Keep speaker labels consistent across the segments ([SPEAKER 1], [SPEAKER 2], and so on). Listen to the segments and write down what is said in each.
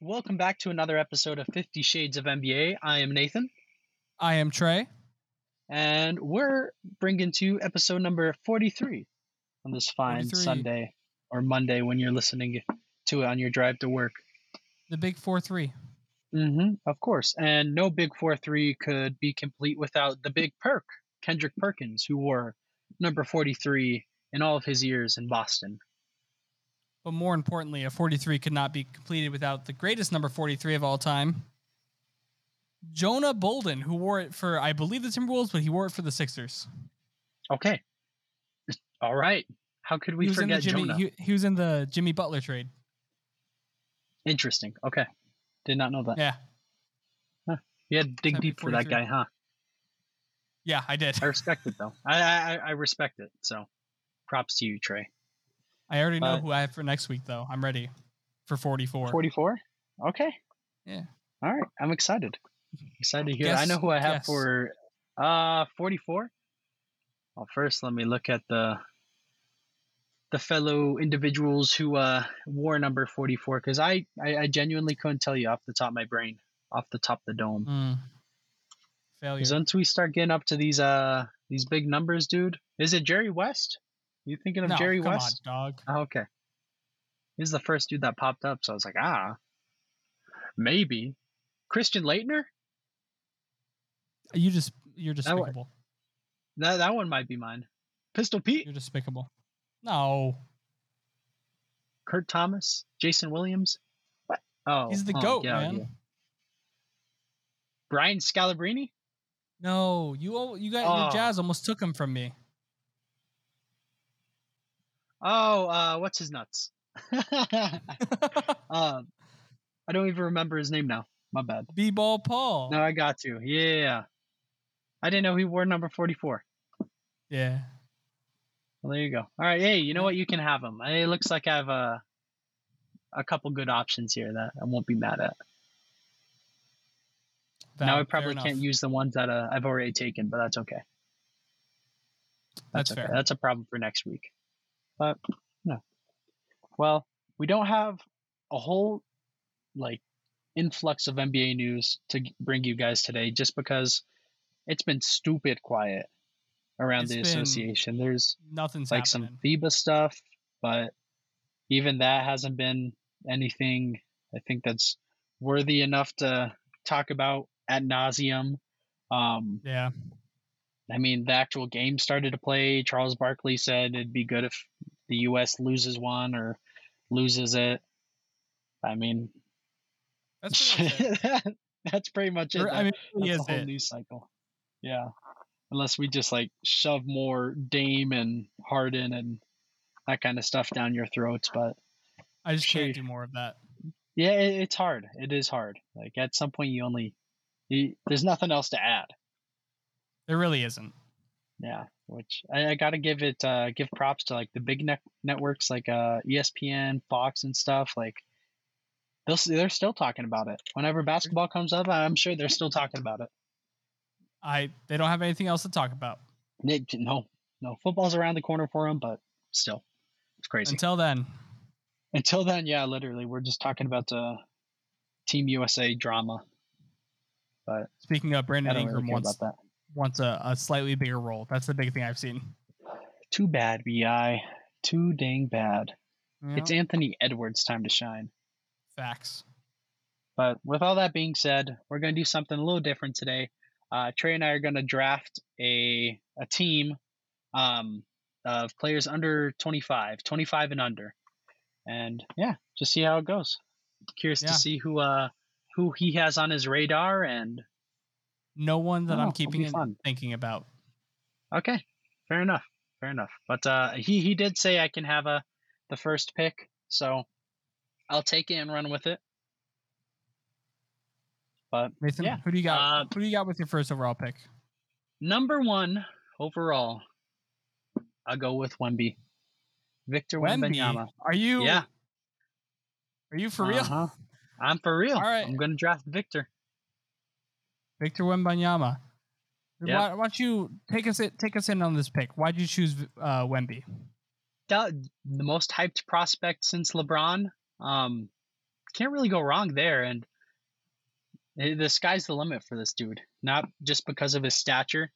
[SPEAKER 1] Welcome back to another episode of 50 Shades of NBA. I am Nathan,
[SPEAKER 2] I am Trey.
[SPEAKER 1] and we're bringing to you episode number 43 on this fine
[SPEAKER 2] 43.
[SPEAKER 1] Sunday or Monday when you're listening to it on your drive to work.
[SPEAKER 2] The big four three.
[SPEAKER 1] Mm-hmm, of course. And no Big 4 3 could be complete without the big perk, Kendrick Perkins, who wore number 43 in all of his years in Boston.
[SPEAKER 2] But more importantly, a 43 could not be completed without the greatest number 43 of all time, Jonah Bolden, who wore it for, I believe, the Timberwolves, but he wore it for the Sixers.
[SPEAKER 1] Okay. All right. How could we
[SPEAKER 2] he was in the
[SPEAKER 1] forget
[SPEAKER 2] Jimmy.
[SPEAKER 1] Jonah?
[SPEAKER 2] He, he was in the Jimmy Butler trade.
[SPEAKER 1] Interesting. Okay. Did not know that.
[SPEAKER 2] Yeah,
[SPEAKER 1] You had to dig
[SPEAKER 2] That'd be
[SPEAKER 1] deep for that
[SPEAKER 2] 43.
[SPEAKER 1] guy, huh?
[SPEAKER 2] yeah, I did.
[SPEAKER 1] I respect it though. I, I I- I respect it. So, props to you, Trey.
[SPEAKER 2] I already know
[SPEAKER 1] But-
[SPEAKER 2] who I have for next week, though. I'm ready for 44.
[SPEAKER 1] Forty-four. Okay.
[SPEAKER 2] Yeah.
[SPEAKER 1] All right. I'm excited. Excited to hear. I
[SPEAKER 2] Guess-
[SPEAKER 1] know who I have
[SPEAKER 2] guess.
[SPEAKER 1] for uh forty-four. Well, first, let me look at the the fellow individuals who uh wore number forty-four because I, I I genuinely couldn't tell you off the top of my brain, off the top of the dome.
[SPEAKER 2] Mm. Failure.
[SPEAKER 1] Because once we start getting up to these uh these big numbers, dude, is it Jerry West? You thinking of
[SPEAKER 2] no,
[SPEAKER 1] Jerry
[SPEAKER 2] come
[SPEAKER 1] West?
[SPEAKER 2] on, dog.
[SPEAKER 1] Oh, okay. He's the first dude that popped up, so I was like, ah, maybe Christian Leitner.
[SPEAKER 2] You just, you're
[SPEAKER 1] That wa-
[SPEAKER 2] despicable.
[SPEAKER 1] That that one might be mine. Pistol Pete,
[SPEAKER 2] You're despicable. No,
[SPEAKER 1] Kurt Thomas, Jason Williams. What? Oh,
[SPEAKER 2] he's the
[SPEAKER 1] oh,
[SPEAKER 2] goat,
[SPEAKER 1] yeah,
[SPEAKER 2] man.
[SPEAKER 1] yeah. Brian Scalabrine.
[SPEAKER 2] No, you al- you got your
[SPEAKER 1] Oh.
[SPEAKER 2] Jazz almost took him from me.
[SPEAKER 1] Oh, uh, what's his nuts? um, I don't even remember his name now. My bad.
[SPEAKER 2] B ball Paul.
[SPEAKER 1] No, I got to. Yeah, I didn't know he wore number forty-four.
[SPEAKER 2] Yeah.
[SPEAKER 1] Well, there you go. All right. Hey, you know
[SPEAKER 2] Yeah.
[SPEAKER 1] what? You can have them. It looks like I have a, a couple good options here that I won't be mad at. now I
[SPEAKER 2] valid, fair
[SPEAKER 1] probably
[SPEAKER 2] enough.
[SPEAKER 1] can't use the ones that uh, I've already taken, but that's okay.
[SPEAKER 2] That's
[SPEAKER 1] okay.
[SPEAKER 2] fair.
[SPEAKER 1] That's a problem for next week. But no. Well, we don't have a whole like influx of NBA news to g- bring you guys today, just because it's been stupid quiet around
[SPEAKER 2] It's
[SPEAKER 1] the
[SPEAKER 2] been-
[SPEAKER 1] association. There's
[SPEAKER 2] Nothing's
[SPEAKER 1] like
[SPEAKER 2] happening.
[SPEAKER 1] some FIBA stuff, but even that hasn't been anything I think that's worthy enough to talk about at nauseum. Um,
[SPEAKER 2] yeah.
[SPEAKER 1] I mean, the actual game started to play. Charles Barkley said it'd be good if the U.S. loses one or loses it. I mean,
[SPEAKER 2] That's pretty much it.
[SPEAKER 1] that's pretty much it.
[SPEAKER 2] Or, I mean, it really
[SPEAKER 1] That's
[SPEAKER 2] is
[SPEAKER 1] the whole
[SPEAKER 2] it.
[SPEAKER 1] news cycle. Yeah. Unless we just like shove more Dame and Harden and that kind of stuff down your throats. But
[SPEAKER 2] I just
[SPEAKER 1] Sure.
[SPEAKER 2] can't do more of that.
[SPEAKER 1] yeah, it, it's hard. It is hard. Like at some point, you only, you, there's nothing else to add.
[SPEAKER 2] There really isn't.
[SPEAKER 1] Yeah. Which I, I got to give it, uh, give props to like the big net networks like uh, ESPN, Fox, and stuff. Like they'll, s- they're still talking about it. Whenever basketball comes up, I'm sure they're still talking about it.
[SPEAKER 2] I they don't have anything else to talk about.
[SPEAKER 1] They- No, no, football's around the corner for them, but still, it's crazy.
[SPEAKER 2] Until then,
[SPEAKER 1] Until then, yeah, literally, we're just talking about the Team USA drama. But
[SPEAKER 2] speaking of
[SPEAKER 1] I
[SPEAKER 2] Brandon
[SPEAKER 1] don't really
[SPEAKER 2] Ingram
[SPEAKER 1] care
[SPEAKER 2] wants
[SPEAKER 1] about that.
[SPEAKER 2] wants a, a slightly bigger role. That's the big thing I've seen.
[SPEAKER 1] Too bad, Bi. Too dang bad.
[SPEAKER 2] You
[SPEAKER 1] It's
[SPEAKER 2] know?
[SPEAKER 1] Anthony Edwards' time to shine.
[SPEAKER 2] facts.
[SPEAKER 1] But with all that being said, we're going to do something a little different today. Uh, Trey and I are going to draft a a team um, of players under 25, 25 and under, and yeah, just see how it goes. Curious
[SPEAKER 2] Yeah.
[SPEAKER 1] to see who uh who he has on his radar, and
[SPEAKER 2] No one that
[SPEAKER 1] Oh,
[SPEAKER 2] I'm
[SPEAKER 1] it'll
[SPEAKER 2] keeping
[SPEAKER 1] be
[SPEAKER 2] in-
[SPEAKER 1] fun.
[SPEAKER 2] thinking about.
[SPEAKER 1] okay, fair enough, fair enough. But uh, he he did say I can have a the first pick, so I'll take it and run with it. But
[SPEAKER 2] Nathan,
[SPEAKER 1] Yeah.
[SPEAKER 2] who do you got?
[SPEAKER 1] Uh,
[SPEAKER 2] who do you got with your first overall pick?
[SPEAKER 1] Number one overall, I'll go with Wemby. Victor Wembanyama.
[SPEAKER 2] Wemby. Are you?
[SPEAKER 1] Yeah.
[SPEAKER 2] Are you for real?
[SPEAKER 1] Uh-huh. I'm for real.
[SPEAKER 2] All right.
[SPEAKER 1] I'm going to draft Victor.
[SPEAKER 2] Victor Wembanyama.
[SPEAKER 1] Yeah.
[SPEAKER 2] Why, why don't you take us take us in on this pick? Why'd you choose uh, Wemby?
[SPEAKER 1] Got The most hyped prospect since LeBron. Um, can't really go wrong there. And the sky's the limit for this dude, not just because of his stature,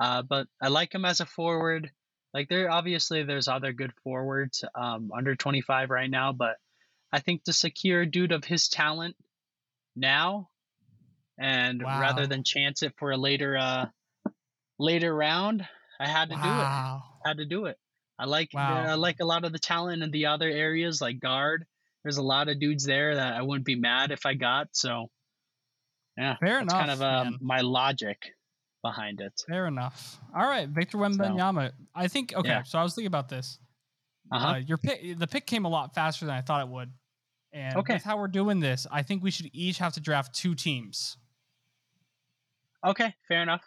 [SPEAKER 1] uh, but I like him as a forward. Like there, obviously, there's other good forwards um, under 25 right now, but I think to secure a dude of his talent now, and
[SPEAKER 2] Wow.
[SPEAKER 1] rather than chance it for a later, uh, later round, I had to do it
[SPEAKER 2] wow.
[SPEAKER 1] how to do it. I like
[SPEAKER 2] Wow.
[SPEAKER 1] I like a lot of the talent in the other areas like guard. There's a lot of dudes there that I wouldn't be mad if I got. So yeah,
[SPEAKER 2] Fair
[SPEAKER 1] that's kind
[SPEAKER 2] enough,
[SPEAKER 1] of uh,
[SPEAKER 2] man.
[SPEAKER 1] my logic behind it.
[SPEAKER 2] Fair enough. All right, Victor Wembanyama. I think okay.
[SPEAKER 1] Yeah.
[SPEAKER 2] So I was thinking about this.
[SPEAKER 1] Uh-huh.
[SPEAKER 2] Uh, your pick, the pick came a lot faster than I thought it would. And
[SPEAKER 1] Okay.
[SPEAKER 2] with how we're doing this, I think we should each have to draft two teams.
[SPEAKER 1] okay, fair enough.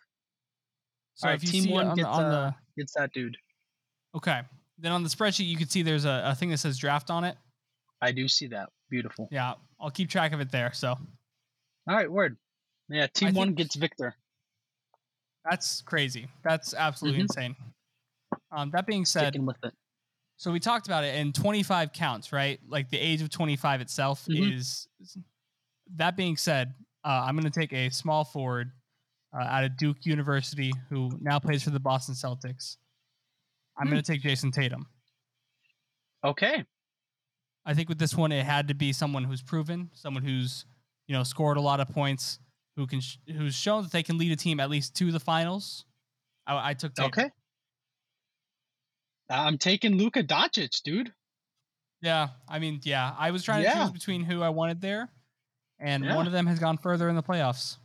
[SPEAKER 2] So
[SPEAKER 1] All right,
[SPEAKER 2] if you
[SPEAKER 1] team
[SPEAKER 2] see
[SPEAKER 1] one
[SPEAKER 2] on, the-
[SPEAKER 1] gets,
[SPEAKER 2] on
[SPEAKER 1] uh,
[SPEAKER 2] the
[SPEAKER 1] It's that dude.
[SPEAKER 2] okay, then on the spreadsheet you can see there's a, a thing that says draft on it.
[SPEAKER 1] I do see that. Beautiful.
[SPEAKER 2] Yeah, I'll keep track of it there. So
[SPEAKER 1] All right, word. Yeah, team one
[SPEAKER 2] think-
[SPEAKER 1] gets Victor.
[SPEAKER 2] that's crazy. That's absolutely
[SPEAKER 1] Mhm.
[SPEAKER 2] insane. Um, that being said,
[SPEAKER 1] Sticking with it.
[SPEAKER 2] so we talked about it, and 25 counts, right? Like the age of 25 itself
[SPEAKER 1] Mhm.
[SPEAKER 2] is. That being said, uh, I'm going to take a small forward uh, out of Duke University who now plays for the Boston Celtics. I'm going to take Jason Tatum.
[SPEAKER 1] Okay.
[SPEAKER 2] I think with this one, it had to be someone who's proven, someone who's you know scored a lot of points, who can sh- who's shown that they can lead a team at least to the finals. I, I took Tatum.
[SPEAKER 1] Okay. Uh, I'm taking Luka Doncic, dude.
[SPEAKER 2] Yeah, I mean, yeah, I was trying to
[SPEAKER 1] Yeah.
[SPEAKER 2] choose between who I wanted there, and
[SPEAKER 1] Yeah.
[SPEAKER 2] one of them has gone further in the playoffs.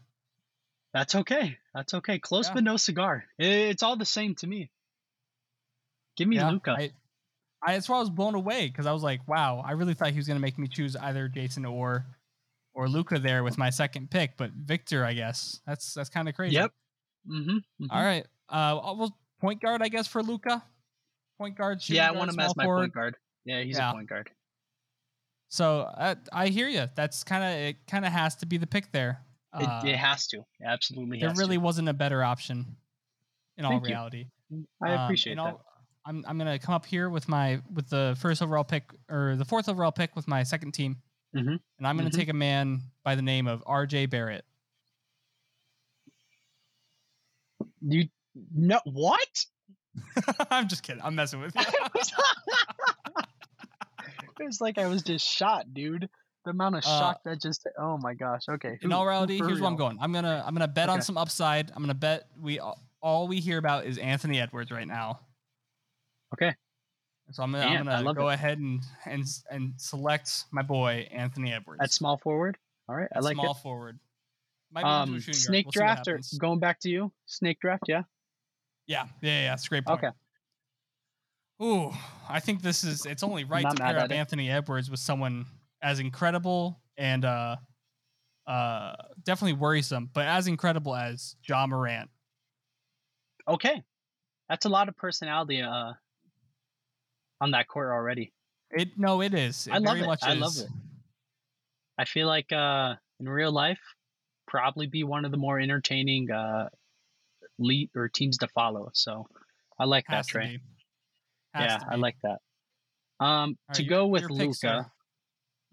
[SPEAKER 1] That's okay. That's okay. Close
[SPEAKER 2] Yeah.
[SPEAKER 1] but no cigar. I- It's all the same to me. Give me
[SPEAKER 2] yeah,
[SPEAKER 1] Luca.
[SPEAKER 2] I, I, that's why I was blown away because I was like, wow, I really thought he was going to make me choose either Jason or or Luca there with my second pick, but Victor, I guess that's that's kind of crazy.
[SPEAKER 1] Yep. Mm-hmm.
[SPEAKER 2] All right. Uh, I'll- well, point guard, I guess, for Luca. Point guard. shooting
[SPEAKER 1] Yeah, I
[SPEAKER 2] guard,
[SPEAKER 1] want him
[SPEAKER 2] small
[SPEAKER 1] as my
[SPEAKER 2] forward.
[SPEAKER 1] point guard. Yeah, he's
[SPEAKER 2] Yeah.
[SPEAKER 1] a point guard.
[SPEAKER 2] So uh, I hear you. That's kind of it. Kind of has to be the pick there.
[SPEAKER 1] It,
[SPEAKER 2] Uh,
[SPEAKER 1] it has to. It absolutely
[SPEAKER 2] there
[SPEAKER 1] has
[SPEAKER 2] really
[SPEAKER 1] to.
[SPEAKER 2] wasn't a better option. In all
[SPEAKER 1] Thank you.
[SPEAKER 2] reality, Um,
[SPEAKER 1] I appreciate
[SPEAKER 2] and
[SPEAKER 1] that.
[SPEAKER 2] I'll- I'm I'm gonna come up here with my with the first overall pick or the fourth overall pick with my second team,
[SPEAKER 1] Mhm.
[SPEAKER 2] and I'm gonna
[SPEAKER 1] Mhm.
[SPEAKER 2] take a man by the name of R.J. Barrett.
[SPEAKER 1] You no what?
[SPEAKER 2] I'm just kidding. I'm messing with you.
[SPEAKER 1] It was like I was just shot, dude. The amount of
[SPEAKER 2] Uh,
[SPEAKER 1] shock that just oh my gosh. Okay.
[SPEAKER 2] in
[SPEAKER 1] who-
[SPEAKER 2] all
[SPEAKER 1] who
[SPEAKER 2] reality,
[SPEAKER 1] for
[SPEAKER 2] here's where I'm
[SPEAKER 1] real?
[SPEAKER 2] going. I'm gonna I'm gonna bet on
[SPEAKER 1] Okay.
[SPEAKER 2] some upside. I'm gonna bet we all, all we hear about is Anthony Edwards right now.
[SPEAKER 1] Okay.
[SPEAKER 2] So I'm gonna,
[SPEAKER 1] Man,
[SPEAKER 2] I'm
[SPEAKER 1] I
[SPEAKER 2] gonna
[SPEAKER 1] love
[SPEAKER 2] go ahead and and and select my boy Anthony Edwards.
[SPEAKER 1] At small forward. All right. I
[SPEAKER 2] At
[SPEAKER 1] like
[SPEAKER 2] small
[SPEAKER 1] it.
[SPEAKER 2] forward. Might move to a
[SPEAKER 1] Um,
[SPEAKER 2] shooting guard.
[SPEAKER 1] snake
[SPEAKER 2] We'll see what
[SPEAKER 1] draft or
[SPEAKER 2] happens.
[SPEAKER 1] going back to you. Snake draft, yeah.
[SPEAKER 2] Yeah, yeah, yeah. That's a great point.
[SPEAKER 1] Okay.
[SPEAKER 2] Ooh, I think this is. It's only right
[SPEAKER 1] Not
[SPEAKER 2] to
[SPEAKER 1] mad
[SPEAKER 2] pair
[SPEAKER 1] at
[SPEAKER 2] up
[SPEAKER 1] it.
[SPEAKER 2] Anthony Edwards with someone as incredible and uh, uh, definitely worrisome, but as incredible as Ja Morant.
[SPEAKER 1] Okay. That's a lot of personality uh on that court already.
[SPEAKER 2] It no, it is. It
[SPEAKER 1] I love
[SPEAKER 2] very
[SPEAKER 1] it.
[SPEAKER 2] much
[SPEAKER 1] I
[SPEAKER 2] is.
[SPEAKER 1] love it. I feel like uh, in real life, probably be one of the more entertaining uh, lead or teams to follow. So I like
[SPEAKER 2] Has
[SPEAKER 1] that
[SPEAKER 2] to
[SPEAKER 1] train.
[SPEAKER 2] be. Has
[SPEAKER 1] Yeah,
[SPEAKER 2] to
[SPEAKER 1] I
[SPEAKER 2] be.
[SPEAKER 1] like that. Um,
[SPEAKER 2] All
[SPEAKER 1] to
[SPEAKER 2] right,
[SPEAKER 1] go
[SPEAKER 2] your-
[SPEAKER 1] with
[SPEAKER 2] your pick, sir.
[SPEAKER 1] Luca,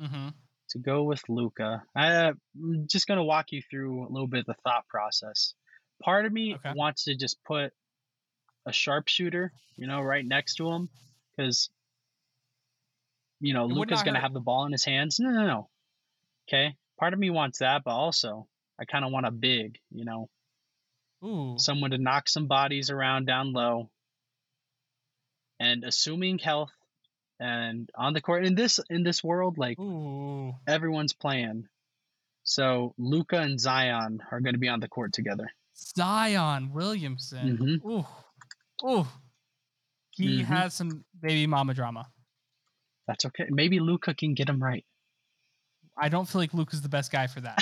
[SPEAKER 2] Mhm.
[SPEAKER 1] to go with Luca, I'm just gonna walk you through a little bit of the thought process. Part of me
[SPEAKER 2] Okay.
[SPEAKER 1] wants to just put a sharpshooter, you know, right next to him, because you know
[SPEAKER 2] It would
[SPEAKER 1] Luca's
[SPEAKER 2] not
[SPEAKER 1] gonna
[SPEAKER 2] hurt.
[SPEAKER 1] have the ball in his hands. No, no, no. Okay, part of me wants that, but also I kind of want a big, you know,
[SPEAKER 2] Mm-hmm. Ooh.
[SPEAKER 1] someone to knock some bodies around down low. And assuming health and on the court in this in this world, like
[SPEAKER 2] Ooh.
[SPEAKER 1] everyone's playing. So Luca and Zion are going to be on the court together.
[SPEAKER 2] Zion Williamson.
[SPEAKER 1] Mhm.
[SPEAKER 2] Ooh. Ooh. He
[SPEAKER 1] Mhm.
[SPEAKER 2] has some baby mama drama.
[SPEAKER 1] That's okay. Maybe Luca can get him right.
[SPEAKER 2] I don't feel like Luke is the best guy for that.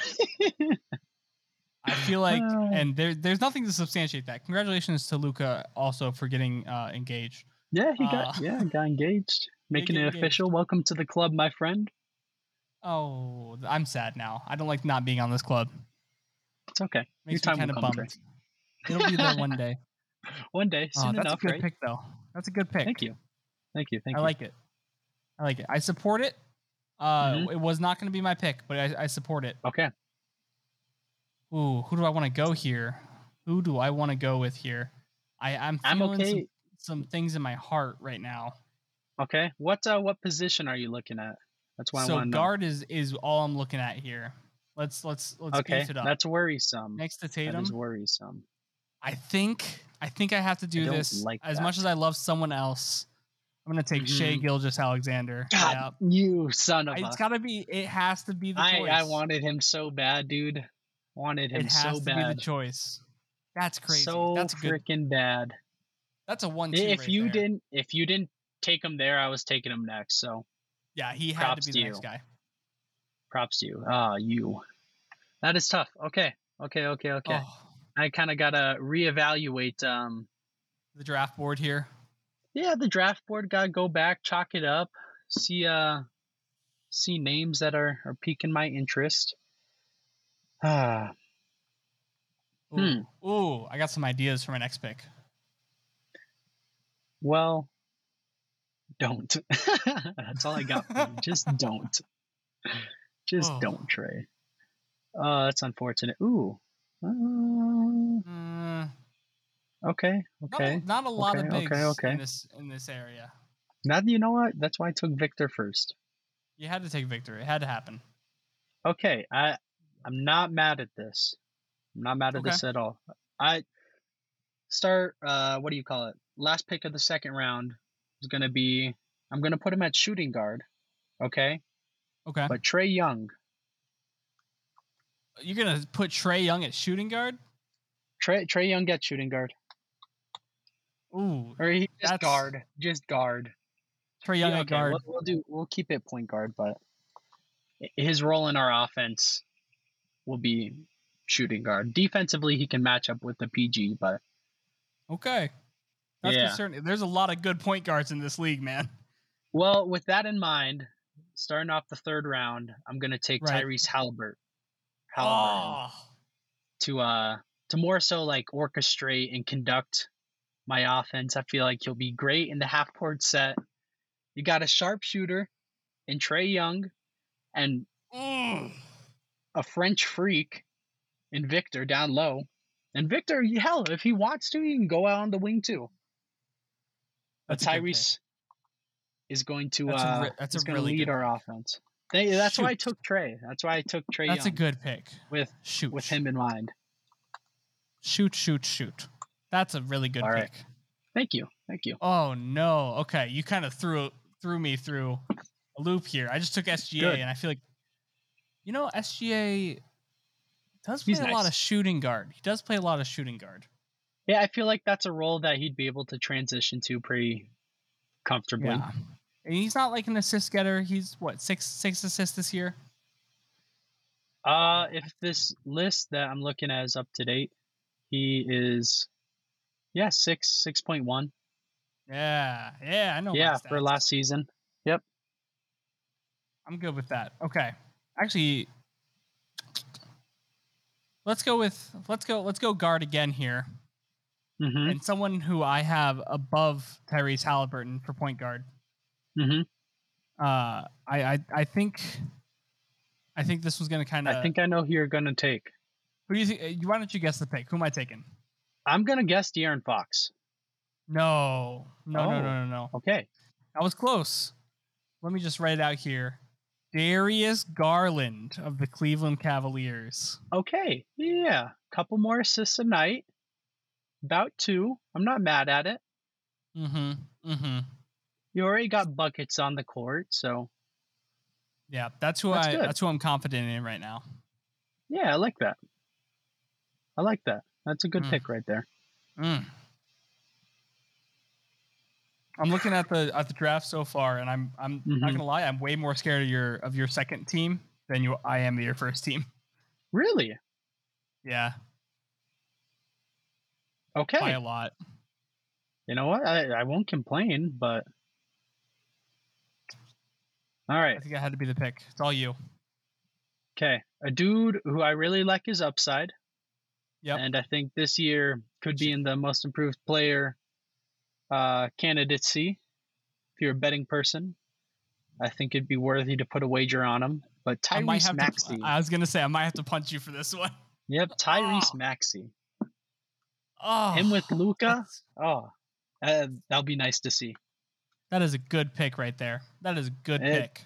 [SPEAKER 2] I feel like,
[SPEAKER 1] Oh.
[SPEAKER 2] and there, there's nothing to substantiate that. Congratulations to Luca also for getting uh, engaged.
[SPEAKER 1] Yeah, he got
[SPEAKER 2] Uh,
[SPEAKER 1] yeah got engaged, making
[SPEAKER 2] get
[SPEAKER 1] it official. Welcome to the club, my friend.
[SPEAKER 2] Oh, I'm sad now. I don't like not being on this club.
[SPEAKER 1] It's okay.
[SPEAKER 2] Makes
[SPEAKER 1] Your time
[SPEAKER 2] me kind
[SPEAKER 1] will come,
[SPEAKER 2] of bummed. It'll be there one day.
[SPEAKER 1] One day,
[SPEAKER 2] Oh,
[SPEAKER 1] soon
[SPEAKER 2] that's
[SPEAKER 1] enough,
[SPEAKER 2] a good
[SPEAKER 1] right?
[SPEAKER 2] pick, though. That's a good pick.
[SPEAKER 1] Thank you, thank you, thank
[SPEAKER 2] I
[SPEAKER 1] you.
[SPEAKER 2] like it. I like it. I support it. Uh,
[SPEAKER 1] Mm-hmm.
[SPEAKER 2] It was not going to be my pick, but I, I support it.
[SPEAKER 1] Okay.
[SPEAKER 2] Ooh, who do I want to go here? Who do I want to go with here? I, I'm
[SPEAKER 1] I'm
[SPEAKER 2] feeling
[SPEAKER 1] okay.
[SPEAKER 2] some, some things in my heart right now.
[SPEAKER 1] Okay. What uh, what position are you looking at? That's why I
[SPEAKER 2] so
[SPEAKER 1] want to know.
[SPEAKER 2] guard is is all I'm looking at here. Let's let's let's
[SPEAKER 1] Okay,
[SPEAKER 2] beef it up.
[SPEAKER 1] that's worrisome.
[SPEAKER 2] Next to
[SPEAKER 1] That
[SPEAKER 2] Tatum,
[SPEAKER 1] is worrisome.
[SPEAKER 2] I think I think I have to do
[SPEAKER 1] don't
[SPEAKER 2] this.
[SPEAKER 1] like that.
[SPEAKER 2] as
[SPEAKER 1] Mm-hmm.
[SPEAKER 2] much as I love someone else, I'm gonna take Shea Gilgis Alexander. Yeah.
[SPEAKER 1] God, you son of a!
[SPEAKER 2] It's gotta be. It has to be the
[SPEAKER 1] I
[SPEAKER 2] choice.
[SPEAKER 1] I wanted him so bad, dude. Wanted him
[SPEAKER 2] it has
[SPEAKER 1] so
[SPEAKER 2] to be
[SPEAKER 1] bad.
[SPEAKER 2] the choice. That's crazy.
[SPEAKER 1] So
[SPEAKER 2] that's a good.
[SPEAKER 1] freaking bad.
[SPEAKER 2] That's a one.
[SPEAKER 1] If
[SPEAKER 2] right
[SPEAKER 1] you
[SPEAKER 2] there.
[SPEAKER 1] didn't, if you didn't take him there, I was taking him next. So
[SPEAKER 2] yeah, he had
[SPEAKER 1] props
[SPEAKER 2] to be
[SPEAKER 1] to
[SPEAKER 2] the
[SPEAKER 1] you.
[SPEAKER 2] next guy.
[SPEAKER 1] props to you. Ah, you. That is tough. Okay, okay, okay, okay.
[SPEAKER 2] Oh,
[SPEAKER 1] I kind of gotta reevaluate. Um,
[SPEAKER 2] the draft board here.
[SPEAKER 1] yeah, the draft board gotta go back, chalk it up, see uh, see names that are are piquing my interest. Ah,
[SPEAKER 2] Ooh.
[SPEAKER 1] Hmm.
[SPEAKER 2] Ooh, I got some ideas for my next pick.
[SPEAKER 1] Well, don't. That's all I got. For you. Just don't. Just
[SPEAKER 2] Oh.
[SPEAKER 1] don't, Trey. Uh, that's unfortunate. Ooh. Uh,
[SPEAKER 2] Mm,
[SPEAKER 1] okay.
[SPEAKER 2] not,
[SPEAKER 1] Okay.
[SPEAKER 2] a- not a lot
[SPEAKER 1] okay,
[SPEAKER 2] of bigs
[SPEAKER 1] okay, okay.
[SPEAKER 2] in this in this area.
[SPEAKER 1] Now that you know what, that's why I took Victor first.
[SPEAKER 2] You had to take Victor. It had to happen.
[SPEAKER 1] Okay. I I'm not mad at this. I'm not mad at
[SPEAKER 2] Okay.
[SPEAKER 1] this at all. I start. Uh, what do you call it? Last pick of the second round is gonna be. I'm gonna put him at shooting guard. Okay.
[SPEAKER 2] Okay.
[SPEAKER 1] But Trey Young.
[SPEAKER 2] You're gonna put Trey Young at shooting guard?
[SPEAKER 1] Trey Trey Young gets shooting guard.
[SPEAKER 2] Ooh,
[SPEAKER 1] Or he just
[SPEAKER 2] That's-
[SPEAKER 1] guard, just guard.
[SPEAKER 2] Trey Young
[SPEAKER 1] Yeah,
[SPEAKER 2] at
[SPEAKER 1] okay,
[SPEAKER 2] guard.
[SPEAKER 1] We'll, we'll do. We'll keep it point guard, but i- his role in our offense will be shooting guard. Defensively, he can match up with the PG, but
[SPEAKER 2] Okay. That's
[SPEAKER 1] Yeah.
[SPEAKER 2] concerning. There's a lot of good point guards in this league, man.
[SPEAKER 1] well, with that in mind, starting off the third round, I'm gonna take
[SPEAKER 2] Right.
[SPEAKER 1] Tyrese Halliburton, Halliburton
[SPEAKER 2] Oh,
[SPEAKER 1] to uh to more so like orchestrate and conduct my offense. I feel like he'll be great in the half court set. You got a sharpshooter in Trey Young, and
[SPEAKER 2] mm.
[SPEAKER 1] a French freak and Victor down low. And Victor, hell, if he wants to, he can go out on the wing too. But
[SPEAKER 2] That's a good pick.
[SPEAKER 1] Tyrese is going to
[SPEAKER 2] That's a
[SPEAKER 1] uh,
[SPEAKER 2] re- that's a
[SPEAKER 1] is going to
[SPEAKER 2] really
[SPEAKER 1] lead
[SPEAKER 2] good
[SPEAKER 1] our offense. They, that's why I
[SPEAKER 2] Shoot.
[SPEAKER 1] took Trey. That's why I took Trey
[SPEAKER 2] That's a
[SPEAKER 1] Young
[SPEAKER 2] good pick.
[SPEAKER 1] with
[SPEAKER 2] Shoot.
[SPEAKER 1] with him in mind.
[SPEAKER 2] Shoot, shoot, shoot. That's a really good
[SPEAKER 1] All
[SPEAKER 2] pick.
[SPEAKER 1] right. Thank you, thank you.
[SPEAKER 2] Oh no. Okay. You kind of threw threw me through a loop here. I just took SGA
[SPEAKER 1] Good.
[SPEAKER 2] and I feel like you know, SGA does play
[SPEAKER 1] He's
[SPEAKER 2] a lot
[SPEAKER 1] nice.
[SPEAKER 2] of shooting guard. He does play a lot of shooting guard.
[SPEAKER 1] Yeah, I feel like that's a role that he'd be able to transition to pretty comfortably.
[SPEAKER 2] Yeah. And he's not like an assist getter. He's what, six six assists this year?
[SPEAKER 1] Uh, if this list that I'm looking at is up to date, he is, yeah, six six point one.
[SPEAKER 2] Yeah, yeah, I know. Oh, my
[SPEAKER 1] yeah, for
[SPEAKER 2] stats.
[SPEAKER 1] last season.
[SPEAKER 2] I'm good with that. Okay, actually, let's go with let's go let's go guard again here,
[SPEAKER 1] hmm
[SPEAKER 2] and someone who I have above Tyrese Halliburton for point guard.
[SPEAKER 1] hmm
[SPEAKER 2] Uh, I I, I think, I think this was gonna kind of.
[SPEAKER 1] I think I know who you're gonna take.
[SPEAKER 2] Who do you think? eh, Why don't you guess the pick? Who am I taking?
[SPEAKER 1] I'm gonna guess De'Aaron Fox.
[SPEAKER 2] No, no, no,
[SPEAKER 1] Oh.
[SPEAKER 2] no, no, no.
[SPEAKER 1] Okay.
[SPEAKER 2] I was close. Let me just write it out here. Darius Garland of the Cleveland Cavaliers.
[SPEAKER 1] Okay. Yeah. Couple more assists a night. About two. I'm not mad at it.
[SPEAKER 2] Mm-hmm. Mm-hmm.
[SPEAKER 1] You already got buckets on the court, so
[SPEAKER 2] Yeah, that's who
[SPEAKER 1] That's
[SPEAKER 2] I
[SPEAKER 1] good.
[SPEAKER 2] that's who I'm confident in right now.
[SPEAKER 1] yeah, I like that. I like that. That's a good
[SPEAKER 2] Mm.
[SPEAKER 1] pick right there.
[SPEAKER 2] Mm. I'm looking at the at the draft so far, and I'm I'm not
[SPEAKER 1] Mhm.
[SPEAKER 2] gonna lie, I'm way more scared of your of your second team than you I am of your first team.
[SPEAKER 1] Really?
[SPEAKER 2] Yeah,
[SPEAKER 1] Okay.
[SPEAKER 2] by a lot.
[SPEAKER 1] You know what? I, I won't complain, but all right.
[SPEAKER 2] I think I had to be the pick. It's all you.
[SPEAKER 1] Okay. A dude who I really like his upside.
[SPEAKER 2] Yep.
[SPEAKER 1] And I think this year could be in the most improved player uh, candidacy if you're a betting person. I think it'd be worthy to put a wager on him. But
[SPEAKER 2] I might
[SPEAKER 1] Tyrese
[SPEAKER 2] have
[SPEAKER 1] Maxey.
[SPEAKER 2] to. I was gonna say I might have to punch you for this one.
[SPEAKER 1] yep, Tyrese
[SPEAKER 2] Oh.
[SPEAKER 1] Maxey.
[SPEAKER 2] Oh,
[SPEAKER 1] Him with Luca.
[SPEAKER 2] that's-
[SPEAKER 1] Oh, uh, that'll be nice to see.
[SPEAKER 2] That is a good pick right there. That is a good
[SPEAKER 1] It-
[SPEAKER 2] pick.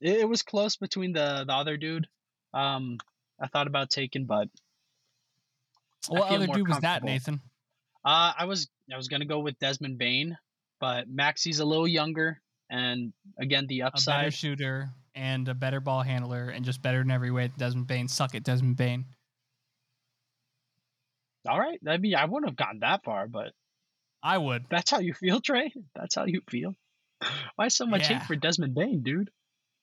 [SPEAKER 1] It, it was close between the the other dude. Um, I thought about taking, but I
[SPEAKER 2] What
[SPEAKER 1] feel
[SPEAKER 2] other
[SPEAKER 1] more
[SPEAKER 2] dude was that,
[SPEAKER 1] comfortable.
[SPEAKER 2] Nathan?
[SPEAKER 1] Uh, I was I was gonna go with Desmond Bain, but Maxie's a little younger, and again the
[SPEAKER 2] A better
[SPEAKER 1] upside.
[SPEAKER 2] shooter and a better ball handler and just better in every way. than Desmond Bain, suck it, Desmond Bain.
[SPEAKER 1] All right, I mean I wouldn't have gotten that far, but
[SPEAKER 2] I would.
[SPEAKER 1] that's how you feel, Trey. That's how you feel. Why so much
[SPEAKER 2] Yeah.
[SPEAKER 1] hate for Desmond Bain, dude?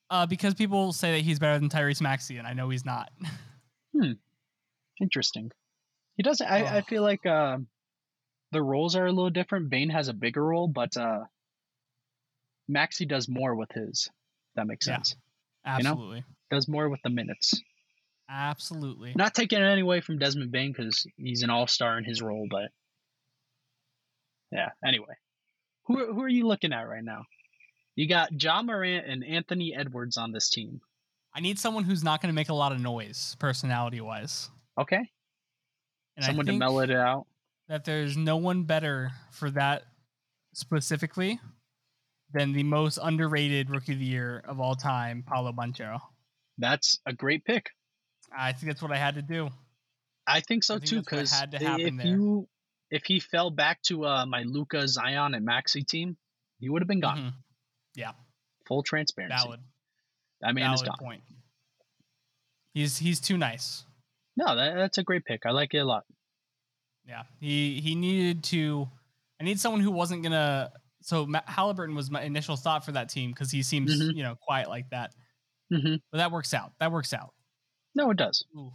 [SPEAKER 2] Uh, because people say that he's better than Tyrese Maxey, and I know he's not.
[SPEAKER 1] Interesting. He doesn't. I, I
[SPEAKER 2] Oh.
[SPEAKER 1] feel like uh, the roles are a little different. Bain has a bigger role, but uh, Maxie does more with his. if That makes
[SPEAKER 2] Yeah.
[SPEAKER 1] sense. know?
[SPEAKER 2] Absolutely.
[SPEAKER 1] Does more with the minutes.
[SPEAKER 2] Absolutely.
[SPEAKER 1] Not taking it any away from Desmond Bain because he's an all star in his role, but yeah. Anyway, who who are you looking at right now? You got John Morant and Anthony Edwards on this team.
[SPEAKER 2] I need someone who's not going to make a lot of noise, personality wise.
[SPEAKER 1] Okay,
[SPEAKER 2] And
[SPEAKER 1] someone
[SPEAKER 2] I
[SPEAKER 1] to
[SPEAKER 2] think
[SPEAKER 1] mellow it out.
[SPEAKER 2] that there's no one better for that specifically than the most underrated rookie of the year of all time, Paolo Banchero.
[SPEAKER 1] That's a great pick.
[SPEAKER 2] I think that's what I had to do.
[SPEAKER 1] I think so
[SPEAKER 2] I think
[SPEAKER 1] too.
[SPEAKER 2] that's what
[SPEAKER 1] Because
[SPEAKER 2] had to happen
[SPEAKER 1] if
[SPEAKER 2] there.
[SPEAKER 1] you if he fell back to uh, my Luca, Zion, and Maxi team, he would have been gone.
[SPEAKER 2] Mhm. Mm-hmm.
[SPEAKER 1] Full transparency.
[SPEAKER 2] Valid,
[SPEAKER 1] That man is
[SPEAKER 2] valid
[SPEAKER 1] gone.
[SPEAKER 2] point. He's he's too nice.
[SPEAKER 1] No, that, that's a great pick. I like it a lot.
[SPEAKER 2] Yeah, he he needed to. I need someone who wasn't gonna. So Ma- Halliburton was my initial thought for that team because he seems
[SPEAKER 1] Mhm.
[SPEAKER 2] you know quiet like that.
[SPEAKER 1] hmm
[SPEAKER 2] But that works out. That works out.
[SPEAKER 1] No, it does.
[SPEAKER 2] Oof.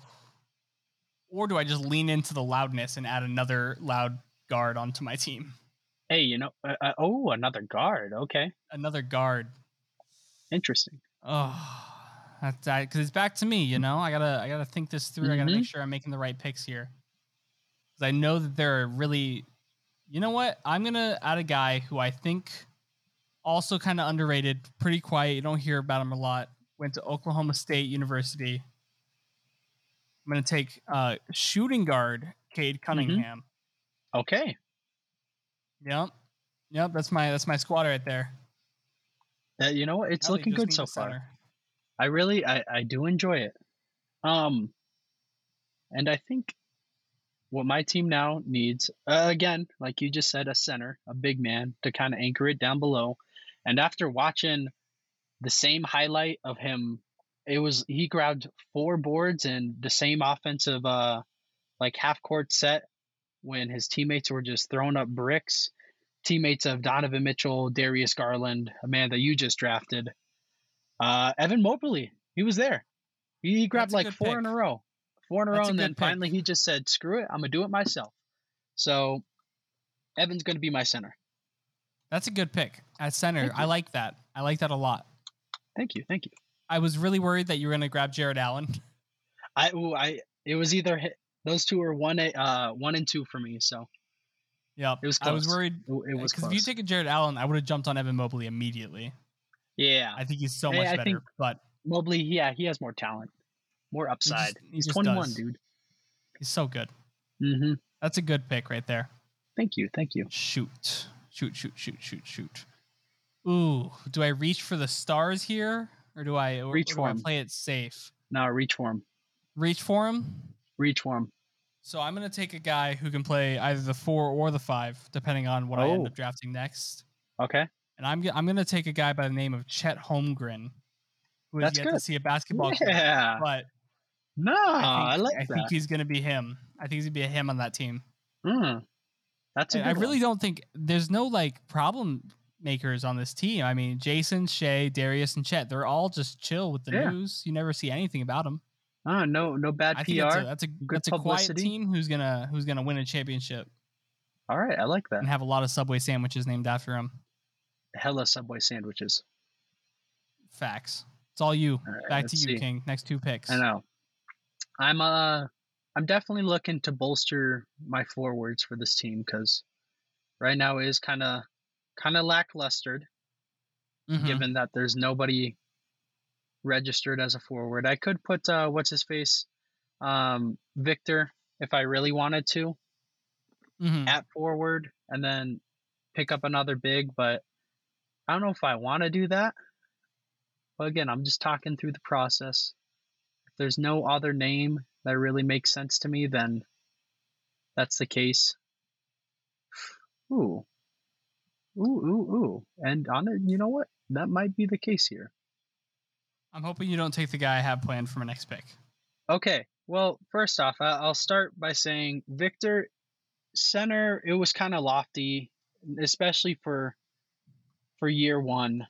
[SPEAKER 2] Or do I just lean into the loudness and add another loud guard onto my team?
[SPEAKER 1] Hey, you know, uh, uh, oh, another guard. Okay,
[SPEAKER 2] Another guard.
[SPEAKER 1] interesting.
[SPEAKER 2] Oh, that's because it's back to me. You know, I gotta I gotta think this through. I gotta
[SPEAKER 1] Mhm.
[SPEAKER 2] make sure I'm making the right picks here. 'Cause I know that there are really, you know what? I'm gonna add a guy who I think also kind of underrated, pretty quiet. You don't hear about him a lot. Went to Oklahoma State University. I'm gonna take uh, shooting guard Cade Cunningham.
[SPEAKER 1] Okay,
[SPEAKER 2] Yep. Yep, that's my that's my squad right there.
[SPEAKER 1] uh, you know what? It's
[SPEAKER 2] Now they
[SPEAKER 1] looking
[SPEAKER 2] just
[SPEAKER 1] good
[SPEAKER 2] need
[SPEAKER 1] so
[SPEAKER 2] a
[SPEAKER 1] far.
[SPEAKER 2] center.
[SPEAKER 1] I really, I, I do enjoy it. Um, and I think what my team now needs, uh, again, like you just said, a center, a big man to kind of anchor it down below. And after watching the same highlight of him, it was he grabbed four boards in the same offensive, uh, like half court set when his teammates were just throwing up bricks. Teammates of Donovan Mitchell, Darius Garland, a man that you just drafted. Uh, Evan Mobley, he was there. He grabbed
[SPEAKER 2] That's a
[SPEAKER 1] like
[SPEAKER 2] good
[SPEAKER 1] four
[SPEAKER 2] pick.
[SPEAKER 1] in a row, four in a
[SPEAKER 2] That's
[SPEAKER 1] row,
[SPEAKER 2] a
[SPEAKER 1] and
[SPEAKER 2] good
[SPEAKER 1] then
[SPEAKER 2] pick.
[SPEAKER 1] finally he just said, "Screw it, I'm gonna do it myself." So Evan's gonna be my center.
[SPEAKER 2] That's a good pick at center.
[SPEAKER 1] Thank
[SPEAKER 2] I
[SPEAKER 1] you.
[SPEAKER 2] like that. I like that a lot.
[SPEAKER 1] Thank you, thank you.
[SPEAKER 2] I was really worried that you were going to grab Jared Allen.
[SPEAKER 1] I, ooh, I, it was either hit, those two were one, a- uh, one and two for me. So
[SPEAKER 2] Yep.
[SPEAKER 1] It was
[SPEAKER 2] I was
[SPEAKER 1] close.
[SPEAKER 2] worried
[SPEAKER 1] it, it was
[SPEAKER 2] because
[SPEAKER 1] close.
[SPEAKER 2] if you take a Jared Allen, I would have jumped on Evan Mobley immediately.
[SPEAKER 1] yeah,
[SPEAKER 2] I think he's so
[SPEAKER 1] Hey,
[SPEAKER 2] much
[SPEAKER 1] I
[SPEAKER 2] better.
[SPEAKER 1] think
[SPEAKER 2] But
[SPEAKER 1] Mobley, yeah, he has more talent, more
[SPEAKER 2] he just-
[SPEAKER 1] upside.
[SPEAKER 2] he
[SPEAKER 1] He's
[SPEAKER 2] just
[SPEAKER 1] twenty one,
[SPEAKER 2] does.
[SPEAKER 1] dude.
[SPEAKER 2] He's so good.
[SPEAKER 1] Mm-hmm.
[SPEAKER 2] That's a good pick right there.
[SPEAKER 1] Thank you, thank you.
[SPEAKER 2] Shoot. Shoot, shoot, shoot, shoot, shoot. Ooh, do I reach for the stars here or do I or,
[SPEAKER 1] Reach
[SPEAKER 2] or
[SPEAKER 1] for
[SPEAKER 2] do I
[SPEAKER 1] 'em.
[SPEAKER 2] play it safe?
[SPEAKER 1] Now reach for him,
[SPEAKER 2] Reach for him?
[SPEAKER 1] reach for him.
[SPEAKER 2] So I'm gonna take a guy who can play either the four or the five, depending on what I end
[SPEAKER 1] Oh.
[SPEAKER 2] up drafting next.
[SPEAKER 1] Okay,
[SPEAKER 2] And I'm g- I'm gonna take a guy by the name of Chet Holmgren, who has
[SPEAKER 1] That's
[SPEAKER 2] yet to
[SPEAKER 1] good.
[SPEAKER 2] see a basketball. game,
[SPEAKER 1] yeah,
[SPEAKER 2] But
[SPEAKER 1] no,
[SPEAKER 2] I,
[SPEAKER 1] I,
[SPEAKER 2] think,
[SPEAKER 1] like
[SPEAKER 2] I think
[SPEAKER 1] that.
[SPEAKER 2] he's gonna be him. I think he's gonna be a him on that team.
[SPEAKER 1] Mm. That's a
[SPEAKER 2] I,
[SPEAKER 1] good
[SPEAKER 2] I
[SPEAKER 1] one.
[SPEAKER 2] really don't think there's no like problem makers on this team. I mean, Jason, Shea, Darius, and Chet, they're all just chill with the
[SPEAKER 1] Yeah.
[SPEAKER 2] news. You never see anything about them.
[SPEAKER 1] Ah, no, no bad
[SPEAKER 2] I
[SPEAKER 1] PR.
[SPEAKER 2] think that's a that's a, that's a quiet
[SPEAKER 1] publicity.
[SPEAKER 2] team who's gonna who's gonna win a championship
[SPEAKER 1] All right, I like
[SPEAKER 2] and
[SPEAKER 1] that.
[SPEAKER 2] have a lot of Subway sandwiches named after him.
[SPEAKER 1] Hella Subway sandwiches.
[SPEAKER 2] Facts. It's all you.
[SPEAKER 1] All right,
[SPEAKER 2] Back to
[SPEAKER 1] let's
[SPEAKER 2] you,
[SPEAKER 1] see. uh,
[SPEAKER 2] King. Next two picks.
[SPEAKER 1] I know. I'm uh, I'm definitely looking to bolster my forwards for this team because right now it is kind of, kind of lacklustered.
[SPEAKER 2] Mhm.
[SPEAKER 1] given that there's nobody registered as a forward. I could put uh, what's his face, um, Victor, if I really wanted to,
[SPEAKER 2] Mhm.
[SPEAKER 1] at forward, and then pick up another big. But I don't know if I want to do that. But again, I'm just talking through the process. If there's no other name that really makes sense to me, then that's the case. Ooh. Ooh, ooh, ooh. And on it, you know what? That might be the case here.
[SPEAKER 2] I'm hoping you don't take the guy I have planned for my next pick.
[SPEAKER 1] Okay. Well, first off, I- I'll start by saying Victor center. It was kind of lofty, especially for for year one.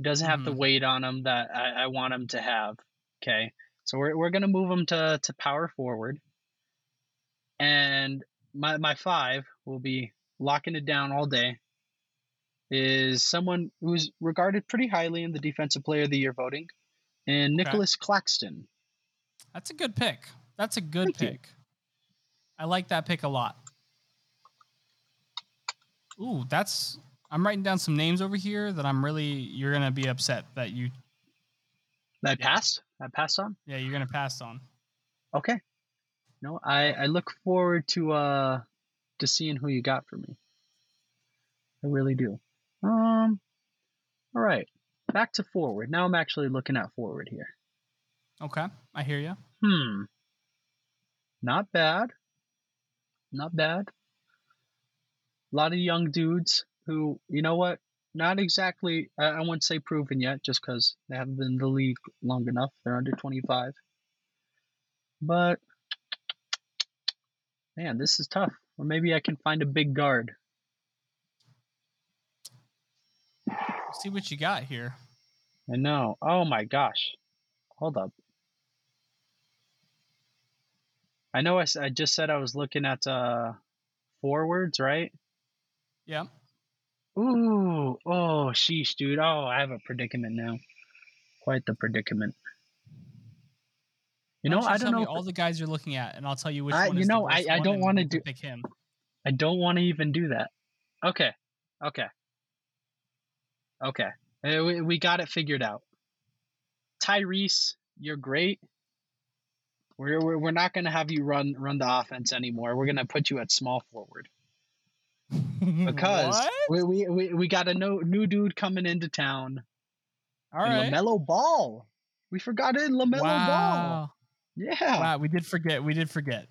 [SPEAKER 1] Doesn't have the
[SPEAKER 2] Mhm.
[SPEAKER 1] weight on him that I, I want him to have. Okay, so we're we're gonna move him to to power forward, and my my five will be locking it down all day. Is someone who's regarded pretty highly in the Defensive Player of the Year voting, and
[SPEAKER 2] Okay.
[SPEAKER 1] Nicholas Claxton.
[SPEAKER 2] That's a good pick. That's a good
[SPEAKER 1] Thank you.
[SPEAKER 2] pick. I like that pick a lot. Ooh, that's. I'm writing down some names over here that I'm really. You're gonna be upset that you.
[SPEAKER 1] That I
[SPEAKER 2] Yeah.
[SPEAKER 1] passed. I passed on.
[SPEAKER 2] Yeah, you're gonna pass on.
[SPEAKER 1] Okay. No, I I look forward to uh to seeing who you got for me. I really do. Um. All right. Back to forward. Now I'm actually looking at forward here.
[SPEAKER 2] Okay, I hear you.
[SPEAKER 1] Hmm. Not bad. Not bad. A lot of young dudes who, you know what, not exactly, I, I wouldn't say proven yet just because they haven't been in the league long enough. They're under 25. But, man, this is tough. Or maybe I can find a big guard.
[SPEAKER 2] See what you got here.
[SPEAKER 1] I know. Oh my gosh. Hold up. I know I, s- I just said I was looking at uh, forwards, right?
[SPEAKER 2] Yeah.
[SPEAKER 1] Ooh, oh, sheesh, dude. Oh, I have a predicament now. Quite the predicament. You
[SPEAKER 2] Why
[SPEAKER 1] know,
[SPEAKER 2] don't
[SPEAKER 1] I
[SPEAKER 2] tell
[SPEAKER 1] don't know.
[SPEAKER 2] me
[SPEAKER 1] if-
[SPEAKER 2] all the guys you're looking at, and I'll tell you which
[SPEAKER 1] I-
[SPEAKER 2] one.
[SPEAKER 1] you
[SPEAKER 2] is the
[SPEAKER 1] know, I-
[SPEAKER 2] worst
[SPEAKER 1] I
[SPEAKER 2] one
[SPEAKER 1] don't
[SPEAKER 2] and
[SPEAKER 1] wanna
[SPEAKER 2] you can
[SPEAKER 1] do-
[SPEAKER 2] pick him.
[SPEAKER 1] I don't want to even do that. Okay, okay, okay. Eh, We, we got it figured out. Tyrese, you're great. We're, we're, we're not going to have you run run the offense anymore. We're going to put you at small forward because
[SPEAKER 2] What?
[SPEAKER 1] we, we, we, we got a no, new dude coming into town.
[SPEAKER 2] all
[SPEAKER 1] and
[SPEAKER 2] right.
[SPEAKER 1] LaMelo Ball. We forgot it, LaMelo Ball.
[SPEAKER 2] wow.
[SPEAKER 1] Yeah.
[SPEAKER 2] Wow. We did forget. We did forget.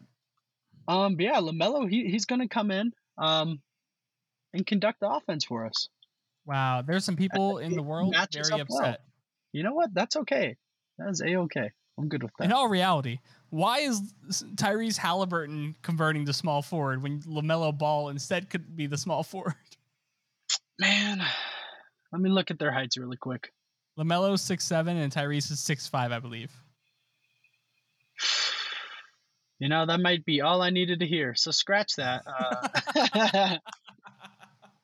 [SPEAKER 1] Um, but yeah, Lamelo, he, he's gonna come in, um, and conduct the offense for us.
[SPEAKER 2] Wow. There's some people in
[SPEAKER 1] it
[SPEAKER 2] the world
[SPEAKER 1] matches
[SPEAKER 2] very
[SPEAKER 1] up well.
[SPEAKER 2] upset.
[SPEAKER 1] You know what? That's okay. That is a okay. I'm good with that.
[SPEAKER 2] In all reality, why is Tyrese Halliburton converting to small forward when LaMelo Ball instead could be the small forward?
[SPEAKER 1] Man, let me look at their heights really quick.
[SPEAKER 2] LaMelo's six seven and Tyrese is six five, I believe.
[SPEAKER 1] You know that might be all I needed to hear. So scratch that. Uh,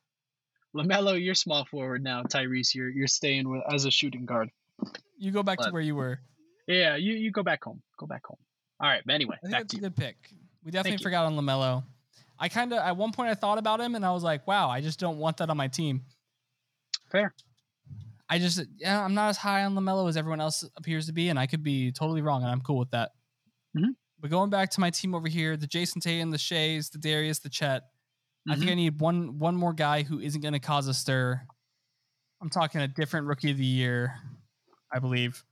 [SPEAKER 1] Lamelo, you're small forward now. Tyrese, you're you're staying with, as a shooting guard.
[SPEAKER 2] You go back to
[SPEAKER 1] But-
[SPEAKER 2] where you were.
[SPEAKER 1] Yeah, you you go back home. Go back home. All right. But anyway,
[SPEAKER 2] I think
[SPEAKER 1] back
[SPEAKER 2] that's
[SPEAKER 1] to
[SPEAKER 2] a
[SPEAKER 1] you.
[SPEAKER 2] good pick. We definitely
[SPEAKER 1] you.
[SPEAKER 2] forgot on Lamelo. I kind of at one point I thought about him and I was like, wow, I just don't want that on my team.
[SPEAKER 1] Fair.
[SPEAKER 2] I just yeah, I'm not as high on Lamelo as everyone else appears to be, and I could be totally wrong, and I'm cool with that.
[SPEAKER 1] Mhm.
[SPEAKER 2] But going back to my team over here, the Jason Tatum, the Shays, the Darius, the Chet. I think
[SPEAKER 1] Mhm.
[SPEAKER 2] I need one one more guy who isn't going to cause a stir. I'm talking a different rookie of the year, I believe.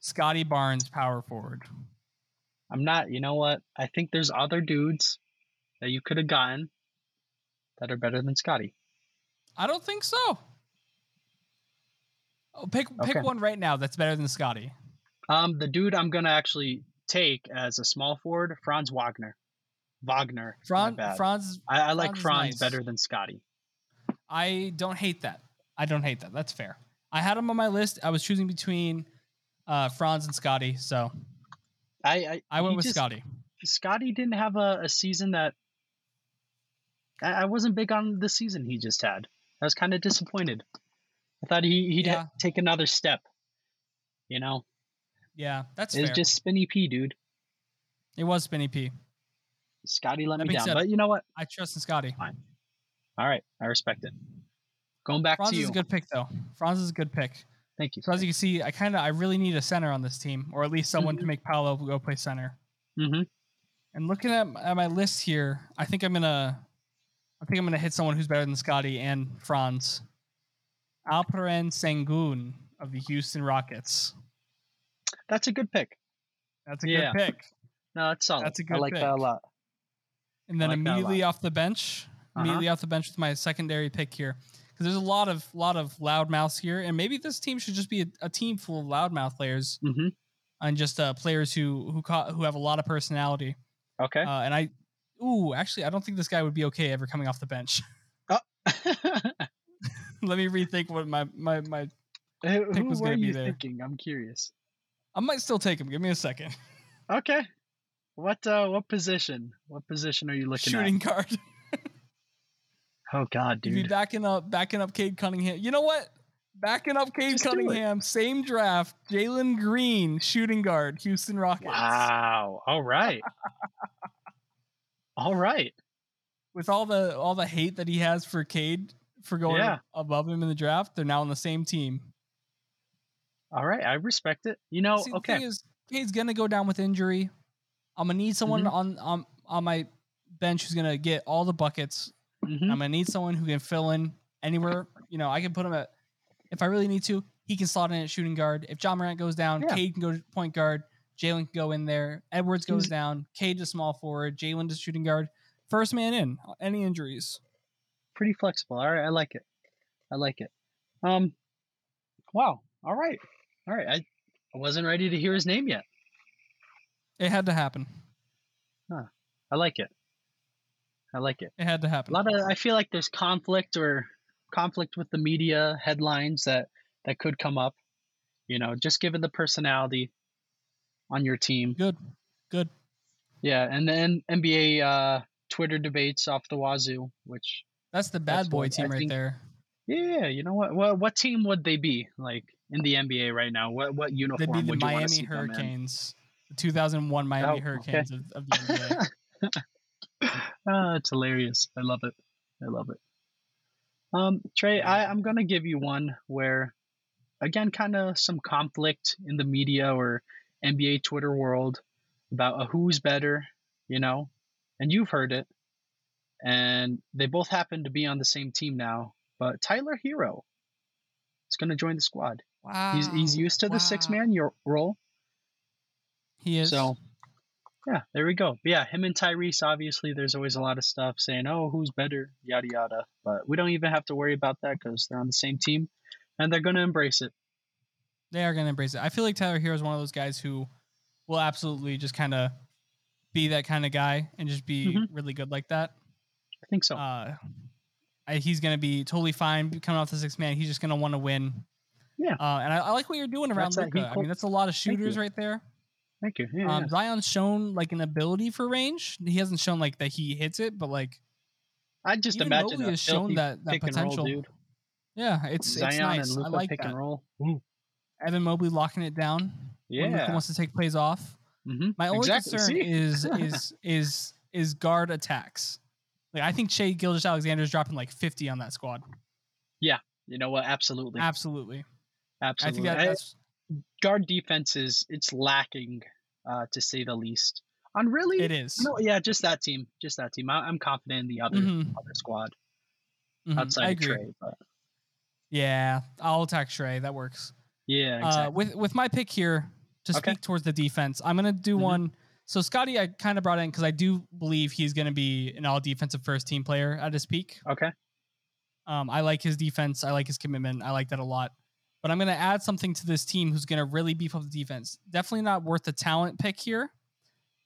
[SPEAKER 2] Scotty Barnes, power forward.
[SPEAKER 1] I'm not. You know what? I think there's other dudes that you could have gotten that are better than Scotty.
[SPEAKER 2] I don't think so. Oh, pick pick
[SPEAKER 1] Okay.
[SPEAKER 2] one right now that's better than Scotty.
[SPEAKER 1] Um, the dude I'm gonna actually take as a small forward, Franz Wagner. Wagner. my
[SPEAKER 2] Franz,
[SPEAKER 1] bad.
[SPEAKER 2] Franz,
[SPEAKER 1] I, I like
[SPEAKER 2] Franz is
[SPEAKER 1] Franz
[SPEAKER 2] nice.
[SPEAKER 1] better than Scotty.
[SPEAKER 2] I don't hate that. I don't hate that. That's fair. I had him on my list. I was choosing between uh, Franz and Scotty, so
[SPEAKER 1] I, I
[SPEAKER 2] I went
[SPEAKER 1] he
[SPEAKER 2] with
[SPEAKER 1] just-
[SPEAKER 2] Scotty.
[SPEAKER 1] Scotty didn't have a, a season that I, I wasn't big on the season he just had. I was kind of disappointed. I thought he he'd
[SPEAKER 2] Yeah.
[SPEAKER 1] take another step. You know,
[SPEAKER 2] Yeah, that's
[SPEAKER 1] it's
[SPEAKER 2] fair.
[SPEAKER 1] just spinny pea, dude.
[SPEAKER 2] it was Spinny P.
[SPEAKER 1] Scotty let
[SPEAKER 2] That
[SPEAKER 1] me
[SPEAKER 2] being
[SPEAKER 1] down,
[SPEAKER 2] said-
[SPEAKER 1] but you know what?
[SPEAKER 2] I trust in Scotty.
[SPEAKER 1] All right, I respect it. Going back
[SPEAKER 2] Franz
[SPEAKER 1] to you.
[SPEAKER 2] is a good pick though. Franz is a good pick.
[SPEAKER 1] Thank you.
[SPEAKER 2] So as you can see, I kind of I really need a center on this team, or at least someone
[SPEAKER 1] Mm-hmm.
[SPEAKER 2] to make Paolo go play center.
[SPEAKER 1] hmm
[SPEAKER 2] And looking at, at my list here, I think I'm gonna, I think I'm gonna hit someone who's better than Scotty and Franz, Alperen Sengun of the Houston Rockets.
[SPEAKER 1] That's a good pick.
[SPEAKER 2] That's a
[SPEAKER 1] Yeah.
[SPEAKER 2] good pick.
[SPEAKER 1] No, that's solid.
[SPEAKER 2] That's a
[SPEAKER 1] I
[SPEAKER 2] good
[SPEAKER 1] like that a
[SPEAKER 2] pick.
[SPEAKER 1] lot.
[SPEAKER 2] And then
[SPEAKER 1] I like that a
[SPEAKER 2] immediately off the bench,
[SPEAKER 1] Uh-huh.
[SPEAKER 2] immediately off the bench with my secondary pick here, because there's a lot of lot of loudmouths here, and maybe this team should just be a, a team full of loudmouth players
[SPEAKER 1] hmm
[SPEAKER 2] and just uh, players who who ca- who have a lot of personality.
[SPEAKER 1] Okay.
[SPEAKER 2] Uh, and I, ooh, actually, I don't think this guy would be okay ever coming off the bench. Let me rethink what my my my.
[SPEAKER 1] Who
[SPEAKER 2] Pick was
[SPEAKER 1] were
[SPEAKER 2] gonna be
[SPEAKER 1] you
[SPEAKER 2] there.
[SPEAKER 1] thinking? I'm curious.
[SPEAKER 2] I might still take him. Give me a second.
[SPEAKER 1] Okay. What uh what position? What position are you looking
[SPEAKER 2] Shooting guard.
[SPEAKER 1] at? Oh god,
[SPEAKER 2] You'd be
[SPEAKER 1] dude.
[SPEAKER 2] backing up, backing up Cade Cunningham. You know what? Backing up Cade
[SPEAKER 1] Just do it.
[SPEAKER 2] Cunningham. Same draft. Jalen Green, shooting guard, Houston Rockets.
[SPEAKER 1] Wow. All right. All right.
[SPEAKER 2] With all the all the hate that he has for Cade for going
[SPEAKER 1] Yeah.
[SPEAKER 2] above him in the draft, they're now on the same team.
[SPEAKER 1] All right. I respect it. You know,
[SPEAKER 2] See, The
[SPEAKER 1] Oh, okay.
[SPEAKER 2] thing is, Cade's gonna go down with injury. I'm gonna need someone
[SPEAKER 1] Mhm.
[SPEAKER 2] on on on my bench who's gonna get all the buckets.
[SPEAKER 1] Mhm.
[SPEAKER 2] I'm gonna need someone who can fill in anywhere. You know, I can put him at if I really need to. He can slot in at shooting guard. If John Morant goes down,
[SPEAKER 1] Yeah.
[SPEAKER 2] Cade can go to point guard. Jalen can go in there. Edwards goes
[SPEAKER 1] He's-
[SPEAKER 2] down. Cade to small forward. Jalen to shooting guard. First man in. Any injuries?
[SPEAKER 1] Pretty flexible. All right. I like it. I like it. Um wow. All right. All right. I, I wasn't ready to hear his name yet.
[SPEAKER 2] It had to happen.
[SPEAKER 1] I like it. I like it.
[SPEAKER 2] It had to
[SPEAKER 1] a
[SPEAKER 2] happen.
[SPEAKER 1] lot of i feel like there's conflict or conflict with the media headlines that that could come up you know just given the personality on your team
[SPEAKER 2] Good. Good.
[SPEAKER 1] yeah and then nba uh twitter debates off the wazoo which
[SPEAKER 2] That's the bad
[SPEAKER 1] That's
[SPEAKER 2] boy
[SPEAKER 1] what I
[SPEAKER 2] team right
[SPEAKER 1] think-
[SPEAKER 2] there.
[SPEAKER 1] yeah you know what what, what team would they be like in the nba right now what what
[SPEAKER 2] They'd
[SPEAKER 1] uniform
[SPEAKER 2] be the
[SPEAKER 1] would you want to
[SPEAKER 2] Miami
[SPEAKER 1] see them in?
[SPEAKER 2] Hurricanes, the 2001 Miami
[SPEAKER 1] Oh,
[SPEAKER 2] Hurricanes of, of the NBA.
[SPEAKER 1] Ah, it's hilarious. I love it. I love it. Um, Trey, I, I'm gonna give you one where, again, kind of some conflict in the media or NBA Twitter world about a who's better, you know, and you've heard it, and they both happen to be on the same team now. But Tyler Hero is gonna join the squad.
[SPEAKER 2] wow,
[SPEAKER 1] He's he's used to the six man role,
[SPEAKER 2] He is.
[SPEAKER 1] so, yeah, there we go. But yeah, him and Tyrese, obviously, there's always a lot of stuff saying, oh, who's better, yada, yada. But we don't even have to worry about that because they're on the same team and they're going to embrace it.
[SPEAKER 2] they are going to embrace it. I feel like Tyler Hero is one of those guys who will absolutely just kind of be that kind of guy and just be
[SPEAKER 1] Mhm.
[SPEAKER 2] really good like that.
[SPEAKER 1] I think so.
[SPEAKER 2] Uh, I, he's going to be totally fine coming off the six man. He's just going to want to win.
[SPEAKER 1] Yeah.
[SPEAKER 2] Uh, and I, I like what you're doing around
[SPEAKER 1] That's that
[SPEAKER 2] Luca. I
[SPEAKER 1] equal-
[SPEAKER 2] mean, that's a lot of shooters
[SPEAKER 1] you.
[SPEAKER 2] right there.
[SPEAKER 1] Thank you. Yeah,
[SPEAKER 2] Um, Zion's shown like an ability for range. He hasn't shown like that he hits it, but like
[SPEAKER 1] I just
[SPEAKER 2] even
[SPEAKER 1] imagine
[SPEAKER 2] Mobley
[SPEAKER 1] a
[SPEAKER 2] has shown
[SPEAKER 1] filthy
[SPEAKER 2] that that
[SPEAKER 1] pick and roll,
[SPEAKER 2] potential.
[SPEAKER 1] dude.
[SPEAKER 2] Yeah, it's it's
[SPEAKER 1] Zion
[SPEAKER 2] nice.
[SPEAKER 1] and Luca
[SPEAKER 2] I like
[SPEAKER 1] pick
[SPEAKER 2] that.
[SPEAKER 1] and roll.
[SPEAKER 2] Evan Mobley locking it down. when Luka
[SPEAKER 1] Yeah.
[SPEAKER 2] wants to take plays off.
[SPEAKER 1] Mm-hmm.
[SPEAKER 2] My only
[SPEAKER 1] exactly.
[SPEAKER 2] concern
[SPEAKER 1] See?
[SPEAKER 2] is is is is guard attacks. Like I think Shea Gildas Alexander is dropping like fifty on that squad.
[SPEAKER 1] You know what? Absolutely.
[SPEAKER 2] Absolutely, I think
[SPEAKER 1] Absolutely.
[SPEAKER 2] that,
[SPEAKER 1] I-
[SPEAKER 2] that's
[SPEAKER 1] guard defense is it's lacking, uh, to say the least. On really?
[SPEAKER 2] it is.
[SPEAKER 1] No, yeah, just that team. Just that team. I, I'm confident in the other,
[SPEAKER 2] Mhm,
[SPEAKER 1] other squad
[SPEAKER 2] mhm, I
[SPEAKER 1] outside of
[SPEAKER 2] agree.
[SPEAKER 1] Trey. But
[SPEAKER 2] Yeah, I'll attack Trey. That works.
[SPEAKER 1] yeah, exactly.
[SPEAKER 2] uh, with with my pick here to
[SPEAKER 1] Okay.
[SPEAKER 2] speak towards the defense, I'm gonna do
[SPEAKER 1] Mhm.
[SPEAKER 2] one. So Scotty, I kind of brought in because I do believe he's gonna be an all defensive first team player at his peak.
[SPEAKER 1] Okay.
[SPEAKER 2] Um, I like his defense. I like his commitment. I like that a lot. But I'm going to add something to this team who's going to really beef up the defense. Definitely not worth the talent pick here,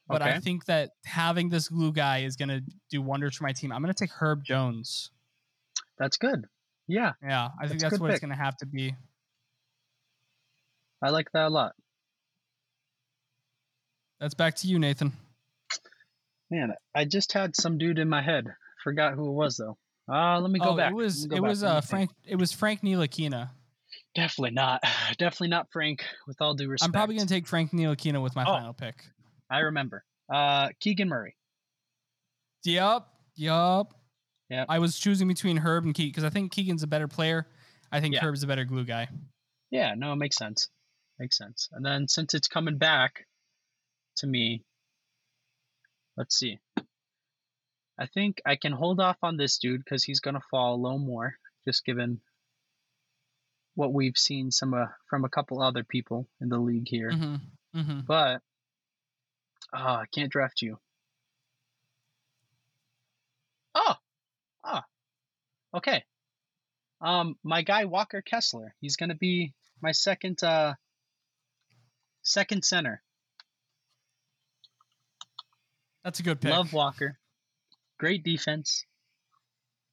[SPEAKER 2] but I
[SPEAKER 1] Okay.
[SPEAKER 2] think that having this glue guy is going to do wonders for my team. I'm going to take Herb Jones.
[SPEAKER 1] That's good. Yeah,
[SPEAKER 2] Yeah, I think
[SPEAKER 1] That's a
[SPEAKER 2] that's
[SPEAKER 1] good
[SPEAKER 2] what it's
[SPEAKER 1] pick.
[SPEAKER 2] going to have to be.
[SPEAKER 1] I like that a lot.
[SPEAKER 2] That's back to you, Nathan.
[SPEAKER 1] Man, I just had some dude in my head. Forgot who it was though. Uh, let me go
[SPEAKER 2] oh,
[SPEAKER 1] back.
[SPEAKER 2] it
[SPEAKER 1] Let
[SPEAKER 2] was
[SPEAKER 1] me go
[SPEAKER 2] it
[SPEAKER 1] back.
[SPEAKER 2] was
[SPEAKER 1] Let me
[SPEAKER 2] uh
[SPEAKER 1] think.
[SPEAKER 2] Frank it was Frank Ntilikina.
[SPEAKER 1] Definitely not. Definitely not Frank. With all due respect,
[SPEAKER 2] I'm probably going to take Frank Ntilikina with my
[SPEAKER 1] Oh.
[SPEAKER 2] final pick.
[SPEAKER 1] I remember. Uh, Keegan Murray.
[SPEAKER 2] Yup, yup.
[SPEAKER 1] Yep.
[SPEAKER 2] I was choosing between Herb and Keegan because I think Keegan's a better player. I think
[SPEAKER 1] Yeah.
[SPEAKER 2] Herb's a better glue guy.
[SPEAKER 1] Yeah, no, it makes sense. Makes sense. And then since it's coming back to me, let's see. I think I can hold off on this dude because he's gonna fall a little more, just given what we've seen some uh, from a couple other people in the league here.
[SPEAKER 2] hmm
[SPEAKER 1] Mm-hmm.
[SPEAKER 2] hmm
[SPEAKER 1] But oh, I can't draft you. Oh, ah, okay. Um, my guy Walker Kessler. He's gonna be my second uh second center.
[SPEAKER 2] That's a good pick.
[SPEAKER 1] Love Walker. Great defense.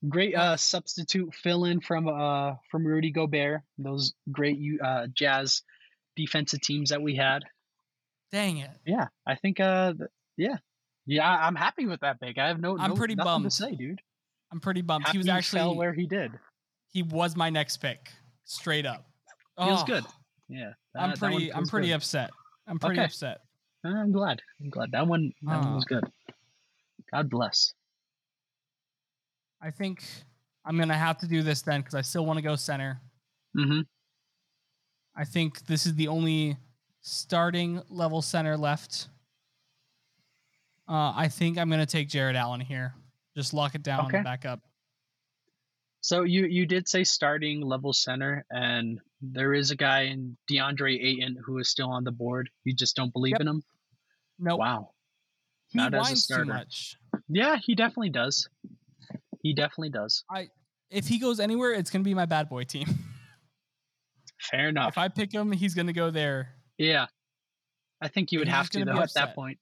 [SPEAKER 1] Great uh substitute fill in from uh from Rudy Gobert. Those great you uh Jazz defensive teams that we had.
[SPEAKER 2] Dang it.
[SPEAKER 1] yeah, I think uh, th- yeah, yeah, I- I'm happy with that pick. I have no,
[SPEAKER 2] I'm
[SPEAKER 1] no-
[SPEAKER 2] pretty
[SPEAKER 1] nothing to
[SPEAKER 2] bummed.
[SPEAKER 1] say, dude.
[SPEAKER 2] I'm pretty bummed.
[SPEAKER 1] Happy
[SPEAKER 2] He was
[SPEAKER 1] fell
[SPEAKER 2] actually
[SPEAKER 1] where he did.
[SPEAKER 2] he was my next pick, straight up.
[SPEAKER 1] Feels
[SPEAKER 2] Oh,
[SPEAKER 1] good. Yeah,
[SPEAKER 2] I'm
[SPEAKER 1] that- that one
[SPEAKER 2] pretty. I'm
[SPEAKER 1] feels
[SPEAKER 2] pretty
[SPEAKER 1] good.
[SPEAKER 2] upset. I'm pretty
[SPEAKER 1] Okay.
[SPEAKER 2] upset.
[SPEAKER 1] I'm glad. I'm glad that one. That one
[SPEAKER 2] Ah.
[SPEAKER 1] was good. God bless.
[SPEAKER 2] I think I'm gonna have to do this then because I still want to go center.
[SPEAKER 1] Mm-hmm.
[SPEAKER 2] I think this is the only starting level center left. Uh, I think I'm gonna take Jared Allen here. Just lock it down
[SPEAKER 1] Okay.
[SPEAKER 2] and back up.
[SPEAKER 1] So you you did say starting level center, and there is a guy in DeAndre Ayton who is still on the board. You just don't believe
[SPEAKER 2] Yep.
[SPEAKER 1] in him.
[SPEAKER 2] No,
[SPEAKER 1] Wow.
[SPEAKER 2] he
[SPEAKER 1] not as a
[SPEAKER 2] whines too
[SPEAKER 1] starter.
[SPEAKER 2] much.
[SPEAKER 1] Yeah, he definitely does. He definitely does.
[SPEAKER 2] If he goes anywhere, it's gonna be my bad boy team.
[SPEAKER 1] Fair enough.
[SPEAKER 2] if I pick him, he's gonna go there.
[SPEAKER 1] yeah, I think you would
[SPEAKER 2] He's
[SPEAKER 1] have
[SPEAKER 2] just
[SPEAKER 1] to
[SPEAKER 2] gonna be
[SPEAKER 1] though at that
[SPEAKER 2] upset.
[SPEAKER 1] point.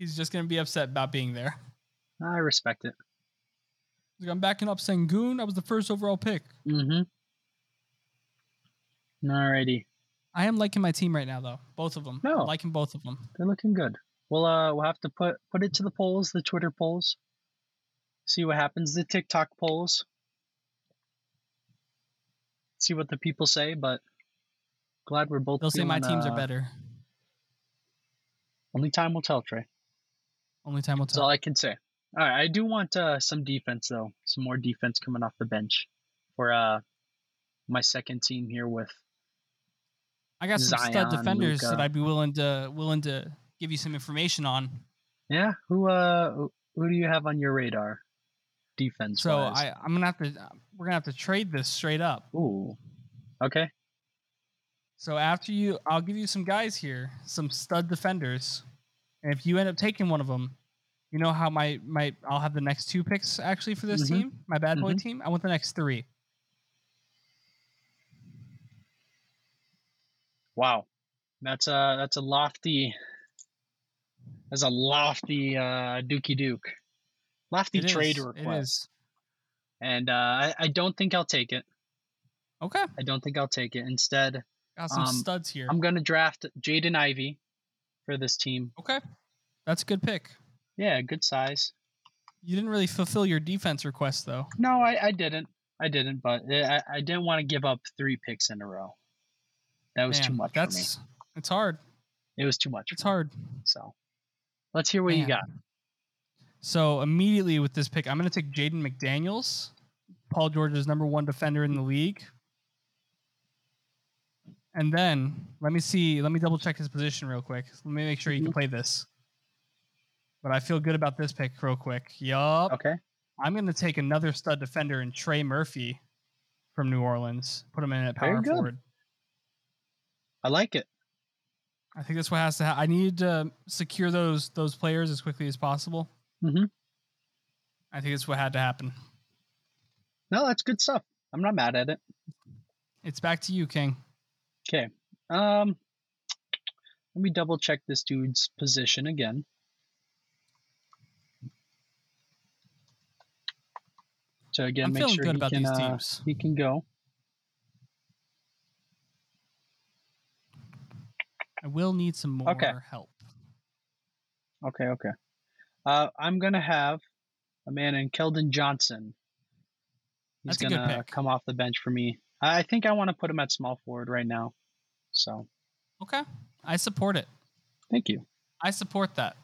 [SPEAKER 2] He's just gonna be upset about being there.
[SPEAKER 1] I respect it.
[SPEAKER 2] He's like, I'm backing up Sengun. I was the first overall pick.
[SPEAKER 1] Mm-hmm. Alrighty.
[SPEAKER 2] I am liking my team right now, though. Both of them. I'm
[SPEAKER 1] No.
[SPEAKER 2] liking both of them.
[SPEAKER 1] They're looking good. We'll uh we'll have to put put it to the polls, the Twitter polls. See what happens, the TikTok polls. See what the people say, but glad we're both
[SPEAKER 2] They'll say my
[SPEAKER 1] feeling,
[SPEAKER 2] teams
[SPEAKER 1] uh,
[SPEAKER 2] are better.
[SPEAKER 1] Only time will tell, Trey.
[SPEAKER 2] Only time will
[SPEAKER 1] That's all
[SPEAKER 2] tell.
[SPEAKER 1] I can say. All right, I do want uh, some defense though, some more defense coming off the bench for uh my second team here with
[SPEAKER 2] I got some stud
[SPEAKER 1] Zion,
[SPEAKER 2] defenders that
[SPEAKER 1] Luka.
[SPEAKER 2] I'd be willing to willing to give you some information on.
[SPEAKER 1] yeah who uh who- who do you have on your radar defense?
[SPEAKER 2] So I, I'm gonna have to we're gonna have to trade this straight up.
[SPEAKER 1] Ooh. Okay.
[SPEAKER 2] So after you, I'll give you some guys here, some stud defenders, and if you end up taking one of them, you know how my my I'll have the next two picks actually for this
[SPEAKER 1] Mhm.
[SPEAKER 2] team, my bad boy team. I want the next three.
[SPEAKER 1] Wow. That's a that's a lofty that's a lofty uh dookie duke. Lofty
[SPEAKER 2] It is,
[SPEAKER 1] trade
[SPEAKER 2] It
[SPEAKER 1] request.
[SPEAKER 2] is
[SPEAKER 1] And uh I, I don't think I'll take it.
[SPEAKER 2] okay.
[SPEAKER 1] I don't think I'll take it. Instead,
[SPEAKER 2] Got some
[SPEAKER 1] Um,
[SPEAKER 2] studs here.
[SPEAKER 1] I'm gonna draft Jaden Ivy for this team.
[SPEAKER 2] okay, that's a good pick.
[SPEAKER 1] Yeah, good size.
[SPEAKER 2] You didn't really fulfill your defense request though.
[SPEAKER 1] No, I, I didn't. I didn't, but I, I didn't want to give up three picks in a row. That was too
[SPEAKER 2] Man,
[SPEAKER 1] much
[SPEAKER 2] That's
[SPEAKER 1] for
[SPEAKER 2] it's hard.
[SPEAKER 1] me. It was too much.
[SPEAKER 2] It's
[SPEAKER 1] for me.
[SPEAKER 2] hard.
[SPEAKER 1] So let's hear what you
[SPEAKER 2] Man.
[SPEAKER 1] got.
[SPEAKER 2] So immediately with this pick, I'm going to take Jaden McDaniels, Paul George's number one defender in the league. And then let me see. Let me double check his position real quick. Let me make sure
[SPEAKER 1] Mm-hmm.
[SPEAKER 2] you can play this. But I feel good about this pick real quick. Yup.
[SPEAKER 1] Okay.
[SPEAKER 2] I'm going to take another stud defender in Trey Murphy from New Orleans. Put him in at
[SPEAKER 1] Very
[SPEAKER 2] power
[SPEAKER 1] good.
[SPEAKER 2] forward.
[SPEAKER 1] I like it.
[SPEAKER 2] I think that's what has to. Ha- I need to secure those those players as quickly as possible.
[SPEAKER 1] Mhm.
[SPEAKER 2] I think that's what had to happen.
[SPEAKER 1] No, that's good stuff. I'm not mad at it.
[SPEAKER 2] It's back to you, King.
[SPEAKER 1] Okay. Um let me double check this dude's position again. So again,
[SPEAKER 2] I'm
[SPEAKER 1] make
[SPEAKER 2] feeling
[SPEAKER 1] sure
[SPEAKER 2] good
[SPEAKER 1] he
[SPEAKER 2] about
[SPEAKER 1] can,
[SPEAKER 2] these
[SPEAKER 1] uh,
[SPEAKER 2] teams.
[SPEAKER 1] he can go.
[SPEAKER 2] I will need some more
[SPEAKER 1] Okay.
[SPEAKER 2] help.
[SPEAKER 1] Okay, okay. Uh, I'm gonna have a man in Keldon Johnson. He's
[SPEAKER 2] That's a good
[SPEAKER 1] gonna
[SPEAKER 2] pick.
[SPEAKER 1] come off the bench for me. I I think I want to put him at small forward right now. So
[SPEAKER 2] Okay. I support it.
[SPEAKER 1] thank you.
[SPEAKER 2] I support that.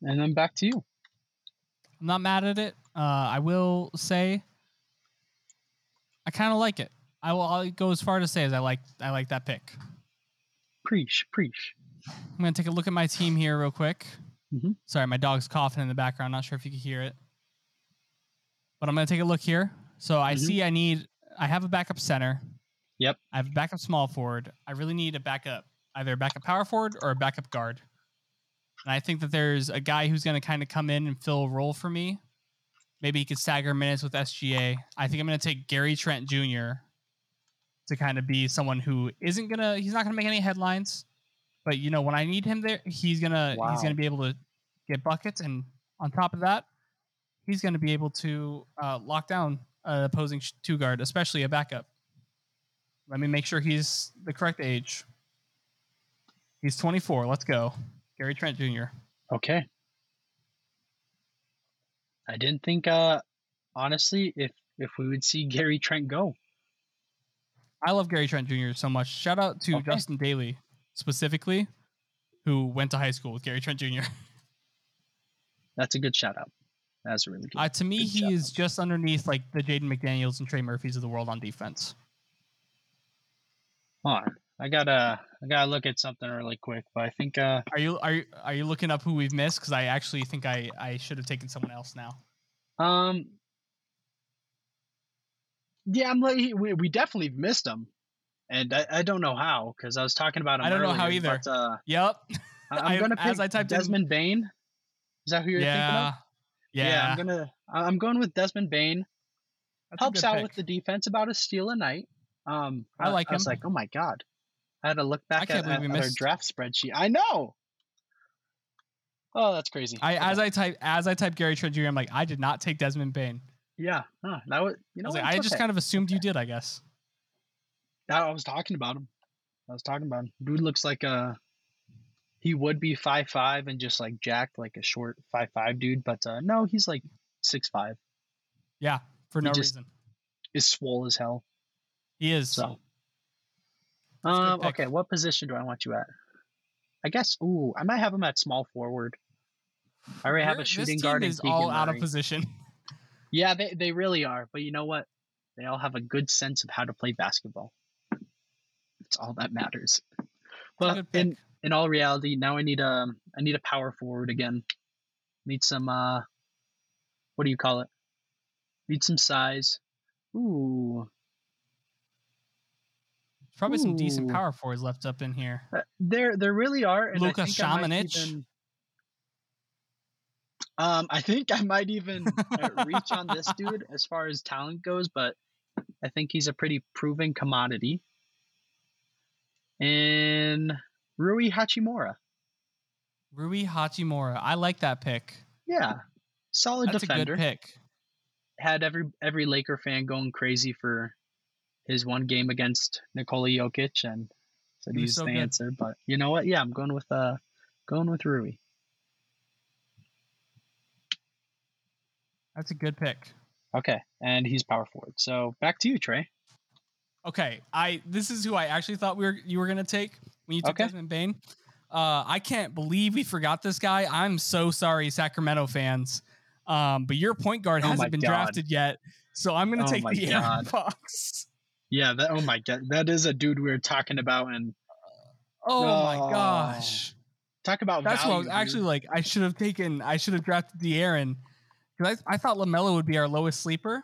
[SPEAKER 1] And then back to you.
[SPEAKER 2] I'm not mad at it. Uh, I will say I kind of like it. I will I'll go as far to say as I like I like that pick.
[SPEAKER 1] Preach, preach.
[SPEAKER 2] I'm gonna take a look at my team here real quick.
[SPEAKER 1] Mhm.
[SPEAKER 2] Sorry, my dog's coughing in the background. Not sure if you can hear it, but I'm gonna take a look here. So I
[SPEAKER 1] Mhm.
[SPEAKER 2] see I need I have a backup center.
[SPEAKER 1] Yep.
[SPEAKER 2] I have a backup small forward. I really need a backup, either a backup power forward or a backup guard. And I think that there's a guy who's gonna kind of come in and fill a role for me. Maybe he could stagger minutes with SGA. I think I'm gonna take Gary Trent Jr. to kind of be someone who isn't gonna he's not gonna make any headlines but you know when I need him there, he's gonna
[SPEAKER 1] Wow.
[SPEAKER 2] he's gonna be able to get buckets, and on top of that, he's gonna be able to uh, lock down an opposing sh- two guard, especially a backup. Let me make sure he's the correct age. He's 24. Let's go, Gary Trent Jr.
[SPEAKER 1] Okay. I didn't think uh honestly if if we would see Gary Trent go.
[SPEAKER 2] I love Gary Trent Jr. so much. Shout out to
[SPEAKER 1] Okay.
[SPEAKER 2] Justin Daly specifically, who went to high school with Gary Trent Jr.
[SPEAKER 1] That's a good shout out. That's a really good.
[SPEAKER 2] Uh, to me,
[SPEAKER 1] Good
[SPEAKER 2] he
[SPEAKER 1] job.
[SPEAKER 2] is just underneath like the Jaden McDaniels and Trey Murphys of the world on defense.
[SPEAKER 1] Hold on. I gotta I gotta look at something really quick, but I think uh
[SPEAKER 2] Are you are you are you looking up who we've missed? Because I actually think I I should have taken someone else now.
[SPEAKER 1] um yeah I'm like we, we definitely missed him, and I, I don't know how because I was talking about him.
[SPEAKER 2] I don't know how
[SPEAKER 1] earlier,
[SPEAKER 2] either.
[SPEAKER 1] But, uh,
[SPEAKER 2] Yep.
[SPEAKER 1] I- I'm
[SPEAKER 2] I-
[SPEAKER 1] gonna pick
[SPEAKER 2] as I typed in-
[SPEAKER 1] Desmond Bain. Is that who you're thinking of?
[SPEAKER 2] yeah. Yeah.
[SPEAKER 1] I'm gonna I- I'm going with Desmond Bain.
[SPEAKER 2] That's a
[SPEAKER 1] helps
[SPEAKER 2] good
[SPEAKER 1] out
[SPEAKER 2] pick.
[SPEAKER 1] with the defense about a steal a night. Um,
[SPEAKER 2] I like
[SPEAKER 1] I was
[SPEAKER 2] him.
[SPEAKER 1] like, oh my god, I had to look back
[SPEAKER 2] can't
[SPEAKER 1] at,
[SPEAKER 2] believe
[SPEAKER 1] at,
[SPEAKER 2] we
[SPEAKER 1] at our
[SPEAKER 2] missed.
[SPEAKER 1] draft spreadsheet. I know. Oh, that's crazy.
[SPEAKER 2] I as
[SPEAKER 1] Okay.
[SPEAKER 2] I type as I type Gary Trent Jr. I'm like I did not take Desmond Bain.
[SPEAKER 1] yeah, huh, that was you
[SPEAKER 2] I
[SPEAKER 1] know
[SPEAKER 2] was
[SPEAKER 1] what,
[SPEAKER 2] like I
[SPEAKER 1] it's
[SPEAKER 2] just
[SPEAKER 1] okay.
[SPEAKER 2] kind of assumed you did. I guess.
[SPEAKER 1] That- I was talking about him. I was talking about him. Dude looks like a he would be five five and just like jacked like a short five five dude, but uh, no, he's like six five.
[SPEAKER 2] Yeah. For
[SPEAKER 1] He
[SPEAKER 2] no
[SPEAKER 1] just-
[SPEAKER 2] reason.
[SPEAKER 1] Is swole as hell.
[SPEAKER 2] He is.
[SPEAKER 1] So,
[SPEAKER 2] That's a good
[SPEAKER 1] um,
[SPEAKER 2] pick.
[SPEAKER 1] okay, what position do I want you at? I guess. Ooh, I might have him at small forward. I already have
[SPEAKER 2] Your-
[SPEAKER 1] a shooting
[SPEAKER 2] this
[SPEAKER 1] guard.
[SPEAKER 2] team
[SPEAKER 1] and
[SPEAKER 2] is all
[SPEAKER 1] Keegan
[SPEAKER 2] out of
[SPEAKER 1] Murray.
[SPEAKER 2] position.
[SPEAKER 1] Yeah, they they really are. But you know what? They all have a good sense of how to play basketball. It's all that matters. But
[SPEAKER 2] good pick.
[SPEAKER 1] in in all reality, now I need um I need a power forward again. Need some uh, what do you call it? Need some size. Ooh,
[SPEAKER 2] Probably some decent
[SPEAKER 1] Ooh.
[SPEAKER 2] power forwards left up in here.
[SPEAKER 1] Uh, There, there really are. And
[SPEAKER 2] Luka
[SPEAKER 1] I think I might
[SPEAKER 2] Šamanić?
[SPEAKER 1] even- um, I think I might even uh, reach on this dude as far as talent goes, but I think he's a pretty proven commodity. And Rui Hachimura,
[SPEAKER 2] Rui Hachimura. I like that pick.
[SPEAKER 1] yeah, solid
[SPEAKER 2] That's
[SPEAKER 1] defender.
[SPEAKER 2] a good pick.
[SPEAKER 1] Had every every Laker fan going crazy for his one game against Nikola Jokic, and said
[SPEAKER 2] He was
[SPEAKER 1] he's
[SPEAKER 2] so
[SPEAKER 1] the
[SPEAKER 2] good.
[SPEAKER 1] answer. But you know what? Yeah, I'm going with uh, going with Rui.
[SPEAKER 2] That's a good pick.
[SPEAKER 1] Okay, and he's power forward. So back to you, Trey.
[SPEAKER 2] Okay, I this is who I actually thought we were you were gonna take when you took
[SPEAKER 1] Okay.
[SPEAKER 2] Desmond Bain. Uh, I can't believe we forgot this guy. I'm so sorry, Sacramento fans. Um, but your point guard
[SPEAKER 1] Oh my
[SPEAKER 2] hasn't been
[SPEAKER 1] God.
[SPEAKER 2] drafted yet, so I'm gonna
[SPEAKER 1] Oh
[SPEAKER 2] take
[SPEAKER 1] my
[SPEAKER 2] the Aaron
[SPEAKER 1] God.
[SPEAKER 2] Fox.
[SPEAKER 1] Yeah, that oh my god, that is a dude we were talking about and
[SPEAKER 2] Oh my
[SPEAKER 1] No.
[SPEAKER 2] gosh,
[SPEAKER 1] talk about
[SPEAKER 2] that's what I was
[SPEAKER 1] value,
[SPEAKER 2] actually
[SPEAKER 1] dude.
[SPEAKER 2] like. I should have taken. I should have drafted the Aaron because I, I thought Lamelo would be our lowest sleeper,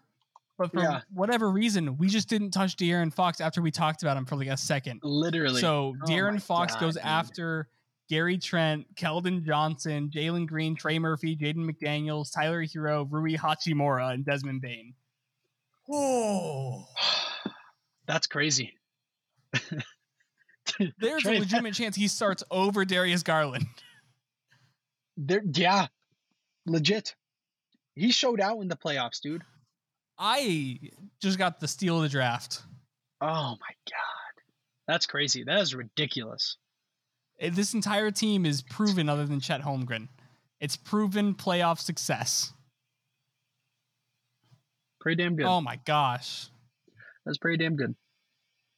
[SPEAKER 2] but for
[SPEAKER 1] Yeah.
[SPEAKER 2] whatever reason, we just didn't touch De'Aaron Fox after we talked about him for like a second.
[SPEAKER 1] literally. Oh
[SPEAKER 2] So
[SPEAKER 1] my
[SPEAKER 2] De'Aaron Fox
[SPEAKER 1] God,
[SPEAKER 2] goes
[SPEAKER 1] dude.
[SPEAKER 2] after Gary Trent, Keldon Johnson, Jalen Green, Trey Murphy, Jaden McDaniels, Tyler Hero, Rui Hachimura, and Desmond Bain. Oh,
[SPEAKER 1] that's crazy.
[SPEAKER 2] there's
[SPEAKER 1] Trey,
[SPEAKER 2] a legitimate chance he starts over Darius Garland.
[SPEAKER 1] There, yeah, legit. He showed out in the playoffs, dude.
[SPEAKER 2] I just got the steal of the draft.
[SPEAKER 1] Oh my god, that's crazy. That is ridiculous.
[SPEAKER 2] Eh, This entire team is proven, other than Chet Holmgren, it's proven playoff success.
[SPEAKER 1] Pretty damn good.
[SPEAKER 2] Oh my gosh!
[SPEAKER 1] That's pretty damn good.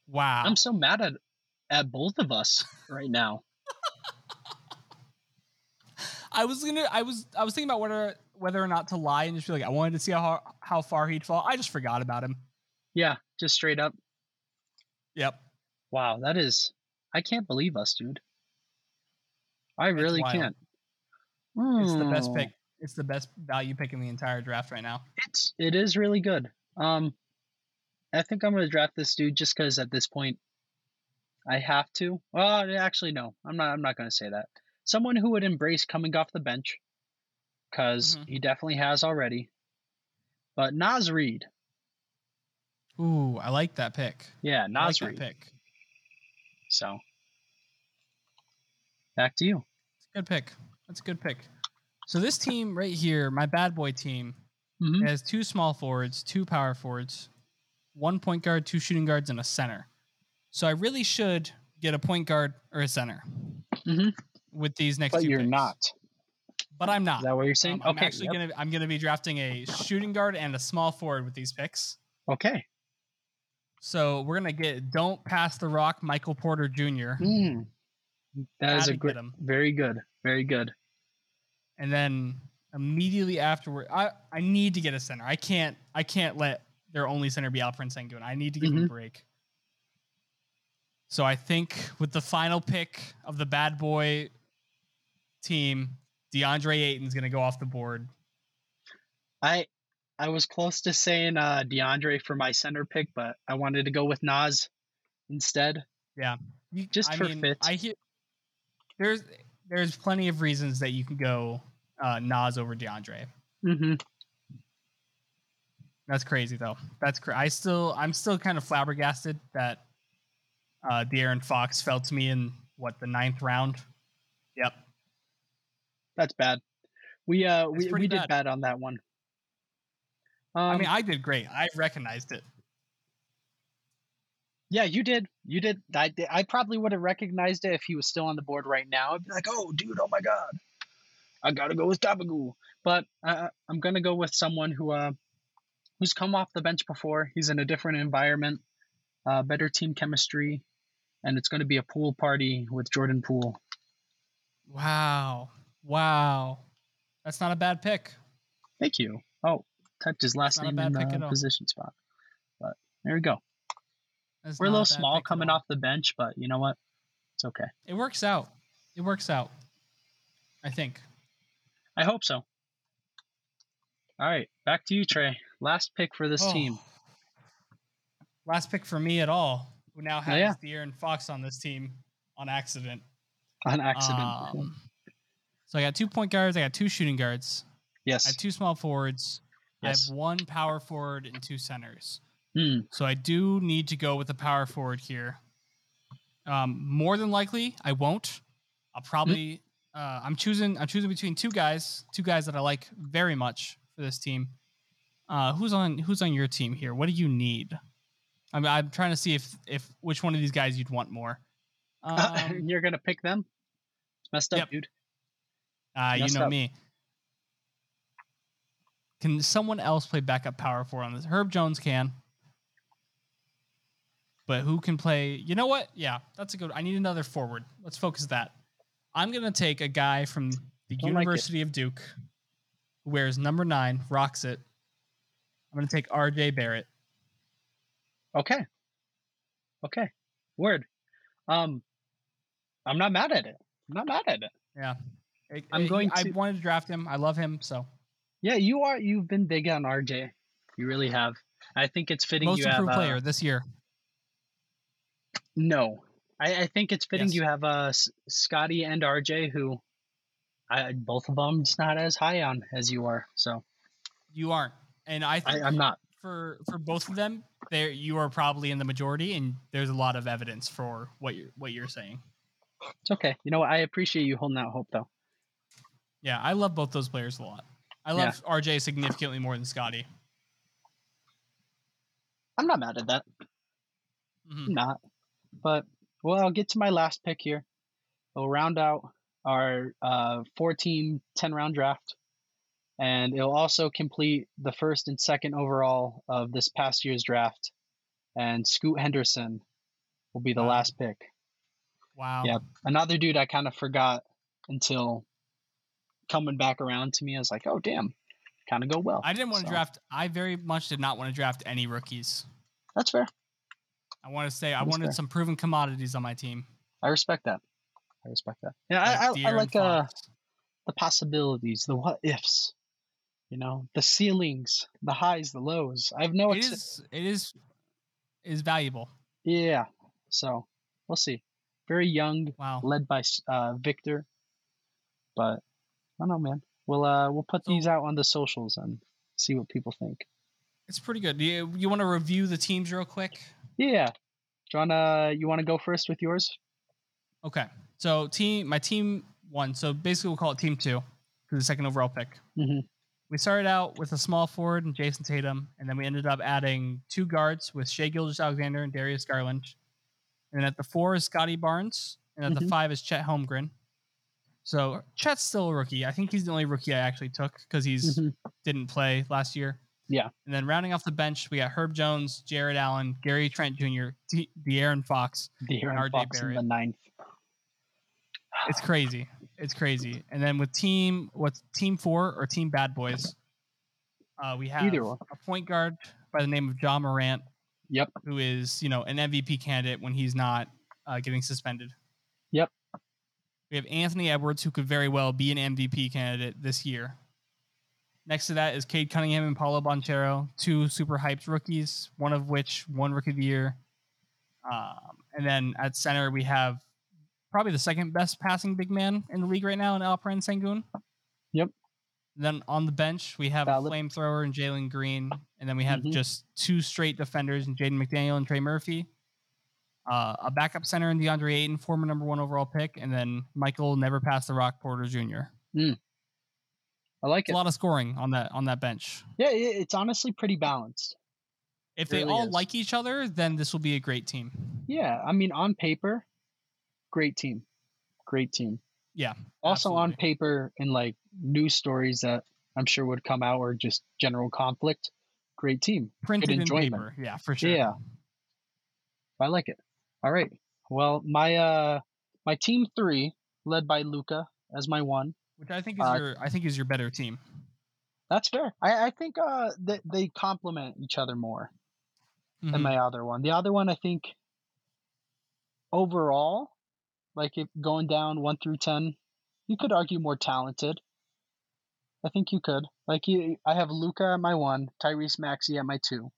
[SPEAKER 2] Wow.
[SPEAKER 1] I'm so mad at at both of us right now.
[SPEAKER 2] I was gonna. I was. I was thinking about whether whether or not to lie and just be like, I wanted to see how how far he'd fall. I just forgot about him.
[SPEAKER 1] Yeah, just straight up.
[SPEAKER 2] Yep.
[SPEAKER 1] Wow, that is I can't believe us, dude. I
[SPEAKER 2] It's
[SPEAKER 1] really
[SPEAKER 2] wild.
[SPEAKER 1] can't.
[SPEAKER 2] It's the best
[SPEAKER 1] Hmm.
[SPEAKER 2] pick. It's the best value pick in the entire draft right now.
[SPEAKER 1] It's it is really good. Um I think I'm gonna draft this dude just because at this point I have to. Well actually no, I'm not I'm not gonna say that. Someone who would embrace coming off the bench, because
[SPEAKER 2] Mhm.
[SPEAKER 1] he definitely has already. But Nas Reed.
[SPEAKER 2] Ooh, I like that pick.
[SPEAKER 1] Yeah,
[SPEAKER 2] I like
[SPEAKER 1] Nas
[SPEAKER 2] that
[SPEAKER 1] Reed.
[SPEAKER 2] pick.
[SPEAKER 1] So back to you.
[SPEAKER 2] Good pick. That's a good pick. So this team right here, my bad boy team,
[SPEAKER 1] Mhm.
[SPEAKER 2] it has two small forwards, two power forwards, one point guard, two shooting guards, and a center. So I really should get a point guard or a center
[SPEAKER 1] Mhm.
[SPEAKER 2] with these next.
[SPEAKER 1] But
[SPEAKER 2] two
[SPEAKER 1] you're
[SPEAKER 2] picks.
[SPEAKER 1] not.
[SPEAKER 2] But I'm not.
[SPEAKER 1] Is that what you're saying?
[SPEAKER 2] Um, I'm
[SPEAKER 1] okay.
[SPEAKER 2] actually
[SPEAKER 1] yep.
[SPEAKER 2] gonna I'm gonna be drafting a shooting guard and a small forward with these picks.
[SPEAKER 1] Okay.
[SPEAKER 2] So we're gonna get don't pass the rock, Michael Porter Jr.
[SPEAKER 1] Mm. That is
[SPEAKER 2] Gotta
[SPEAKER 1] a
[SPEAKER 2] get
[SPEAKER 1] great.
[SPEAKER 2] him.
[SPEAKER 1] Very good. Very good.
[SPEAKER 2] and then immediately afterward, I, I need to get a center. I can't I can't let their only center be Alperen Sengun. I need to give
[SPEAKER 1] Mm-hmm.
[SPEAKER 2] him a break. So I think with the final pick of the bad boy team, DeAndre Ayton's gonna go off the board.
[SPEAKER 1] I I was close to saying uh, DeAndre for my center pick, but I wanted to go with Nas instead.
[SPEAKER 2] You-
[SPEAKER 1] Just
[SPEAKER 2] I
[SPEAKER 1] for
[SPEAKER 2] mean,
[SPEAKER 1] fit.
[SPEAKER 2] I hear there's there's plenty of reasons that you can go uh, Nas over DeAndre.
[SPEAKER 1] Mm-hmm.
[SPEAKER 2] That's crazy though. That's cra- I still I'm still kind of flabbergasted that uh De'Aaron Fox fell to me in what the ninth round. Yep.
[SPEAKER 1] That's bad. We uh we,
[SPEAKER 2] pretty
[SPEAKER 1] we did
[SPEAKER 2] bad.
[SPEAKER 1] bad on that one. Um,
[SPEAKER 2] I mean I did great. I recognized it.
[SPEAKER 1] yeah, you did. You did. I did- I probably would have recognized it if he was still on the board right now. I'd be like, oh, dude, oh my god, I gotta go with Dabagoo. But uh, I'm gonna go with someone who uh who's come off the bench before. He's in a different environment, uh, better team chemistry, and it's gonna be a pool party with Jordan Poole.
[SPEAKER 2] Wow. Wow. That's not a bad pick.
[SPEAKER 1] Thank you. Oh, typed his last
[SPEAKER 2] not a
[SPEAKER 1] name
[SPEAKER 2] bad
[SPEAKER 1] in
[SPEAKER 2] pick at
[SPEAKER 1] the
[SPEAKER 2] all.
[SPEAKER 1] position spot. But there we go.
[SPEAKER 2] That's
[SPEAKER 1] We're a
[SPEAKER 2] not
[SPEAKER 1] little
[SPEAKER 2] bad
[SPEAKER 1] small
[SPEAKER 2] pick at
[SPEAKER 1] coming
[SPEAKER 2] all.
[SPEAKER 1] off the bench, but you know what? It's okay.
[SPEAKER 2] It works out. It works out. I think.
[SPEAKER 1] I hope so. All right, back to you, Trey. Last pick for this
[SPEAKER 2] Oh.
[SPEAKER 1] team.
[SPEAKER 2] Last pick for me at all. Who now has
[SPEAKER 1] Oh, yeah.
[SPEAKER 2] De'Aaron Fox on this team on accident.
[SPEAKER 1] An accident.
[SPEAKER 2] Um, so I got two point guards. I got two shooting guards. I
[SPEAKER 1] yes.
[SPEAKER 2] have two small forwards.
[SPEAKER 1] yes.
[SPEAKER 2] I have one power forward and two centers.
[SPEAKER 1] Hmm,
[SPEAKER 2] So I do need to go with the power forward here. Um, more than likely, I won't. I'll probably. Uh, I'm choosing. I'm choosing between two guys. Two guys that I like very much for this team. Uh, who's on? Who's on your team here? What do you need? I'm. I'm trying to see if if which one of these guys you'd want more. Um,
[SPEAKER 1] Hmm. You're gonna pick them? It's messed up,
[SPEAKER 2] yep.
[SPEAKER 1] dude.
[SPEAKER 2] Ah, you
[SPEAKER 1] Messed
[SPEAKER 2] know
[SPEAKER 1] up.
[SPEAKER 2] me. Can someone else play backup power forward on this? Herb Jones can. But who can play? You know what? Yeah, that's a good. I need another forward. Let's focus that. I'm gonna take a guy from the
[SPEAKER 1] Don't like it.
[SPEAKER 2] University of Duke, who wears number nine, rocks it. I'm gonna take R.J. Barrett.
[SPEAKER 1] Okay. Okay. Word. Um, I'm not mad at it. I'm not mad at it.
[SPEAKER 2] I-
[SPEAKER 1] I'm
[SPEAKER 2] I-
[SPEAKER 1] going
[SPEAKER 2] I
[SPEAKER 1] to-
[SPEAKER 2] wanted to draft him. I love him. So
[SPEAKER 1] Yeah, you are. You've been big on RJ. You really have. I think it's fitting
[SPEAKER 2] most
[SPEAKER 1] you have.
[SPEAKER 2] improved
[SPEAKER 1] uh,
[SPEAKER 2] player this year.
[SPEAKER 1] No, I, I think it's fitting
[SPEAKER 2] Yes.
[SPEAKER 1] you have uh, S- Scotty and RJ, who I both of them just not as high on as you are. So
[SPEAKER 2] You aren't, and I
[SPEAKER 1] I,
[SPEAKER 2] think
[SPEAKER 1] I'm not.
[SPEAKER 2] for for both of them there you are probably in the majority and there's a lot of evidence for what you're what you're saying
[SPEAKER 1] It's okay. You know, what? I appreciate you holding out hope though.
[SPEAKER 2] yeah i love both those players a lot i love rj significantly more than scotty
[SPEAKER 1] I'm not mad at that.
[SPEAKER 2] Mhm.
[SPEAKER 1] I'm not. But well, I'll get to my last pick here. We'll round out our uh, four-team, ten-round draft, and it'll also complete the first and second overall of this past year's draft. And Scoot Henderson will be the
[SPEAKER 2] Wow.
[SPEAKER 1] last pick.
[SPEAKER 2] wow
[SPEAKER 1] Yep. another dude I kind of forgot until coming back around to me. I was like, oh damn, kind of go well.
[SPEAKER 2] I didn't want to
[SPEAKER 1] So,
[SPEAKER 2] draft. I very much did not want to draft any rookies.
[SPEAKER 1] That's fair.
[SPEAKER 2] I want to say I
[SPEAKER 1] That's
[SPEAKER 2] wanted
[SPEAKER 1] fair.
[SPEAKER 2] some proven commodities on my team.
[SPEAKER 1] I respect that. I respect that. Yeah, I, I, I
[SPEAKER 2] deer
[SPEAKER 1] like
[SPEAKER 2] and
[SPEAKER 1] uh,
[SPEAKER 2] fox.
[SPEAKER 1] the possibilities, the what ifs, you know, the ceilings, the highs, the lows. I have no
[SPEAKER 2] it
[SPEAKER 1] ex-
[SPEAKER 2] is it is is valuable.
[SPEAKER 1] Yeah. So we'll see. Very young,
[SPEAKER 2] Wow.
[SPEAKER 1] led by S- uh, Victor. But I don't know, man. We'll uh, we'll put
[SPEAKER 2] So-
[SPEAKER 1] these out on the socials and see what people think.
[SPEAKER 2] It's pretty good. Do you, you want to review the teams real quick?
[SPEAKER 1] Yeah. John, uh, you want to go first with yours?
[SPEAKER 2] Okay. So team, my team one. So basically, we'll call it team two because the second overall pick.
[SPEAKER 1] Mhm.
[SPEAKER 2] We started out with a small forward and Jason Tatum, and then we ended up adding two guards with Shea Gilders Alexander and Darius Garland. And then at the four is Scotty Barnes, and at the
[SPEAKER 1] Mhm.
[SPEAKER 2] five is Chet Holmgren. So Chet's still a rookie. I think he's the only rookie I actually took because he's
[SPEAKER 1] Mhm.
[SPEAKER 2] didn't play last year.
[SPEAKER 1] Yeah.
[SPEAKER 2] And then rounding off the bench, we got Herb Jones, Jared Allen, Gary Trent Jr., De- De'Aaron Fox,
[SPEAKER 1] De'Aaron
[SPEAKER 2] RJ
[SPEAKER 1] Fox in the
[SPEAKER 2] Barrett.
[SPEAKER 1] ninth.
[SPEAKER 2] It's crazy. It's crazy. And then with team, what's team four or team bad boys? Uh, we have
[SPEAKER 1] Either one.
[SPEAKER 2] a point guard by the name of John Morant,
[SPEAKER 1] Yep.
[SPEAKER 2] who is you know an MVP candidate when he's not uh, getting suspended.
[SPEAKER 1] Yep.
[SPEAKER 2] We have Anthony Edwards, who could very well be an MVP candidate this year. Next to that is Cade Cunningham and Paolo Banchero, two super hyped rookies, one of which one rookie of the year. Um, and then at center we have probably the second best passing big man in the league right now in Alperen Sengun.
[SPEAKER 1] Yep.
[SPEAKER 2] Then on the bench we have
[SPEAKER 1] Valid.
[SPEAKER 2] a flamethrower and Jalen Green, and then we have
[SPEAKER 1] Mhm.
[SPEAKER 2] just two straight defenders and Jaden McDaniel and Trey Murphy. Uh, a backup center in DeAndre Ayton, former number one overall pick, and then Michael never passed the rock Porter Jr.
[SPEAKER 1] I like
[SPEAKER 2] It's a
[SPEAKER 1] it.
[SPEAKER 2] lot of scoring on that on that bench.
[SPEAKER 1] Yeah, it- it's honestly pretty balanced.
[SPEAKER 2] If
[SPEAKER 1] Really
[SPEAKER 2] they all
[SPEAKER 1] is.
[SPEAKER 2] like each other, then this will be a great team.
[SPEAKER 1] Yeah, I mean, on paper, great team, great team.
[SPEAKER 2] Yeah,
[SPEAKER 1] Also on
[SPEAKER 2] absolutely.
[SPEAKER 1] paper, in like news stories that I'm sure would come out or just general conflict, great team.
[SPEAKER 2] Printed in
[SPEAKER 1] enjoyment.
[SPEAKER 2] paper. Yeah, for sure.
[SPEAKER 1] Yeah, I like it. All right. Well, my uh, my team three, led by Luca as my one.
[SPEAKER 2] Which I think is
[SPEAKER 1] Uh,
[SPEAKER 2] your I think is your better team.
[SPEAKER 1] That's fair. I, I think uh, they, they complement each other more.
[SPEAKER 2] Mhm.
[SPEAKER 1] than my other one. The other one, I think, overall, like if going down one through ten, you could argue more talented. I think you could. Like you, I have Luca at my one, Tyrese Maxey at my two,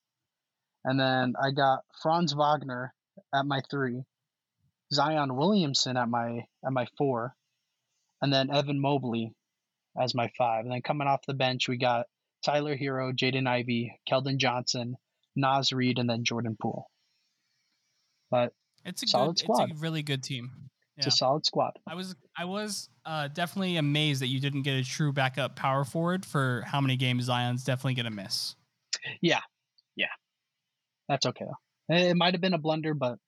[SPEAKER 1] and then I got Franz Wagner at my three, Zion Williamson at my at my four, and then Evan Mobley as my five. And then coming off the bench, we got Tyler Hero, Jaden Ivey, Keldon Johnson, Nas Reed, and then Jordan Poole. But
[SPEAKER 2] It's a
[SPEAKER 1] solid
[SPEAKER 2] good,
[SPEAKER 1] squad.
[SPEAKER 2] It's a really good team.
[SPEAKER 1] it's
[SPEAKER 2] Yeah.
[SPEAKER 1] a solid squad.
[SPEAKER 2] I was I was uh, definitely amazed that you didn't get a true backup power forward for how many games Zion's definitely gonna miss.
[SPEAKER 1] That's okay. though. It it might have been a blunder, but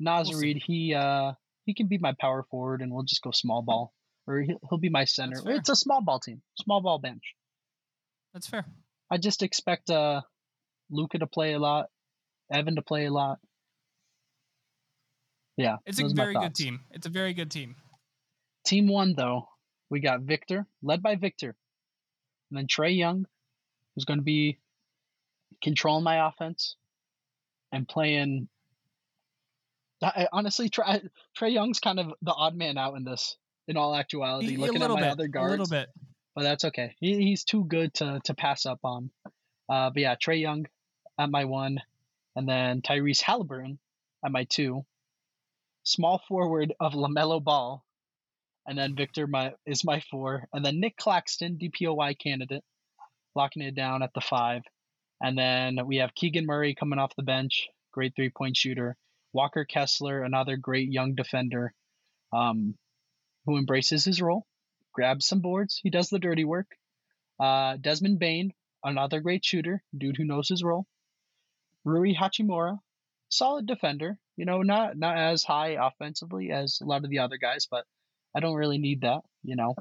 [SPEAKER 1] Nas
[SPEAKER 2] We'll see.
[SPEAKER 1] Reed, he uh, he can be my power forward, and we'll just go small ball, or he'll, he'll be my center.
[SPEAKER 2] fair.
[SPEAKER 1] It's a small ball team, small ball bench.
[SPEAKER 2] That's fair.
[SPEAKER 1] I just expect uh, Luca to play a lot, Evan to play a lot. Yeah,
[SPEAKER 2] It's a
[SPEAKER 1] those are my
[SPEAKER 2] very good
[SPEAKER 1] thoughts.
[SPEAKER 2] team. It's a very good team.
[SPEAKER 1] Team one, though, we got Victor, led by Victor. And then Trey Young, who's going to be controlling my offense and playing. I, I honestly, Trey, Trey Young's kind of the odd man out in this, in all actuality,
[SPEAKER 2] He- E, a
[SPEAKER 1] looking at
[SPEAKER 2] little
[SPEAKER 1] my
[SPEAKER 2] bit.
[SPEAKER 1] other
[SPEAKER 2] A
[SPEAKER 1] guards.
[SPEAKER 2] little bit.
[SPEAKER 1] But that's okay. He, he's too good to, to pass up on. Uh, but yeah, Trey Young at my one, and then Tyrese Halliburton at my two. Small forward of Lamelo Ball, and then Victor my is my four, and then Nick Claxton, DPOY candidate, locking it down at the five, and then we have Keegan Murray coming off the bench, great three point shooter. Walker Kessler, another great young defender, um, who embraces his role grabs some boards. He does the dirty work. Uh, Desmond Bain, another great shooter, dude who knows his role. Rui Hachimura, solid defender. You know, not not as high offensively as a lot of the other guys, but I don't really need that. You know.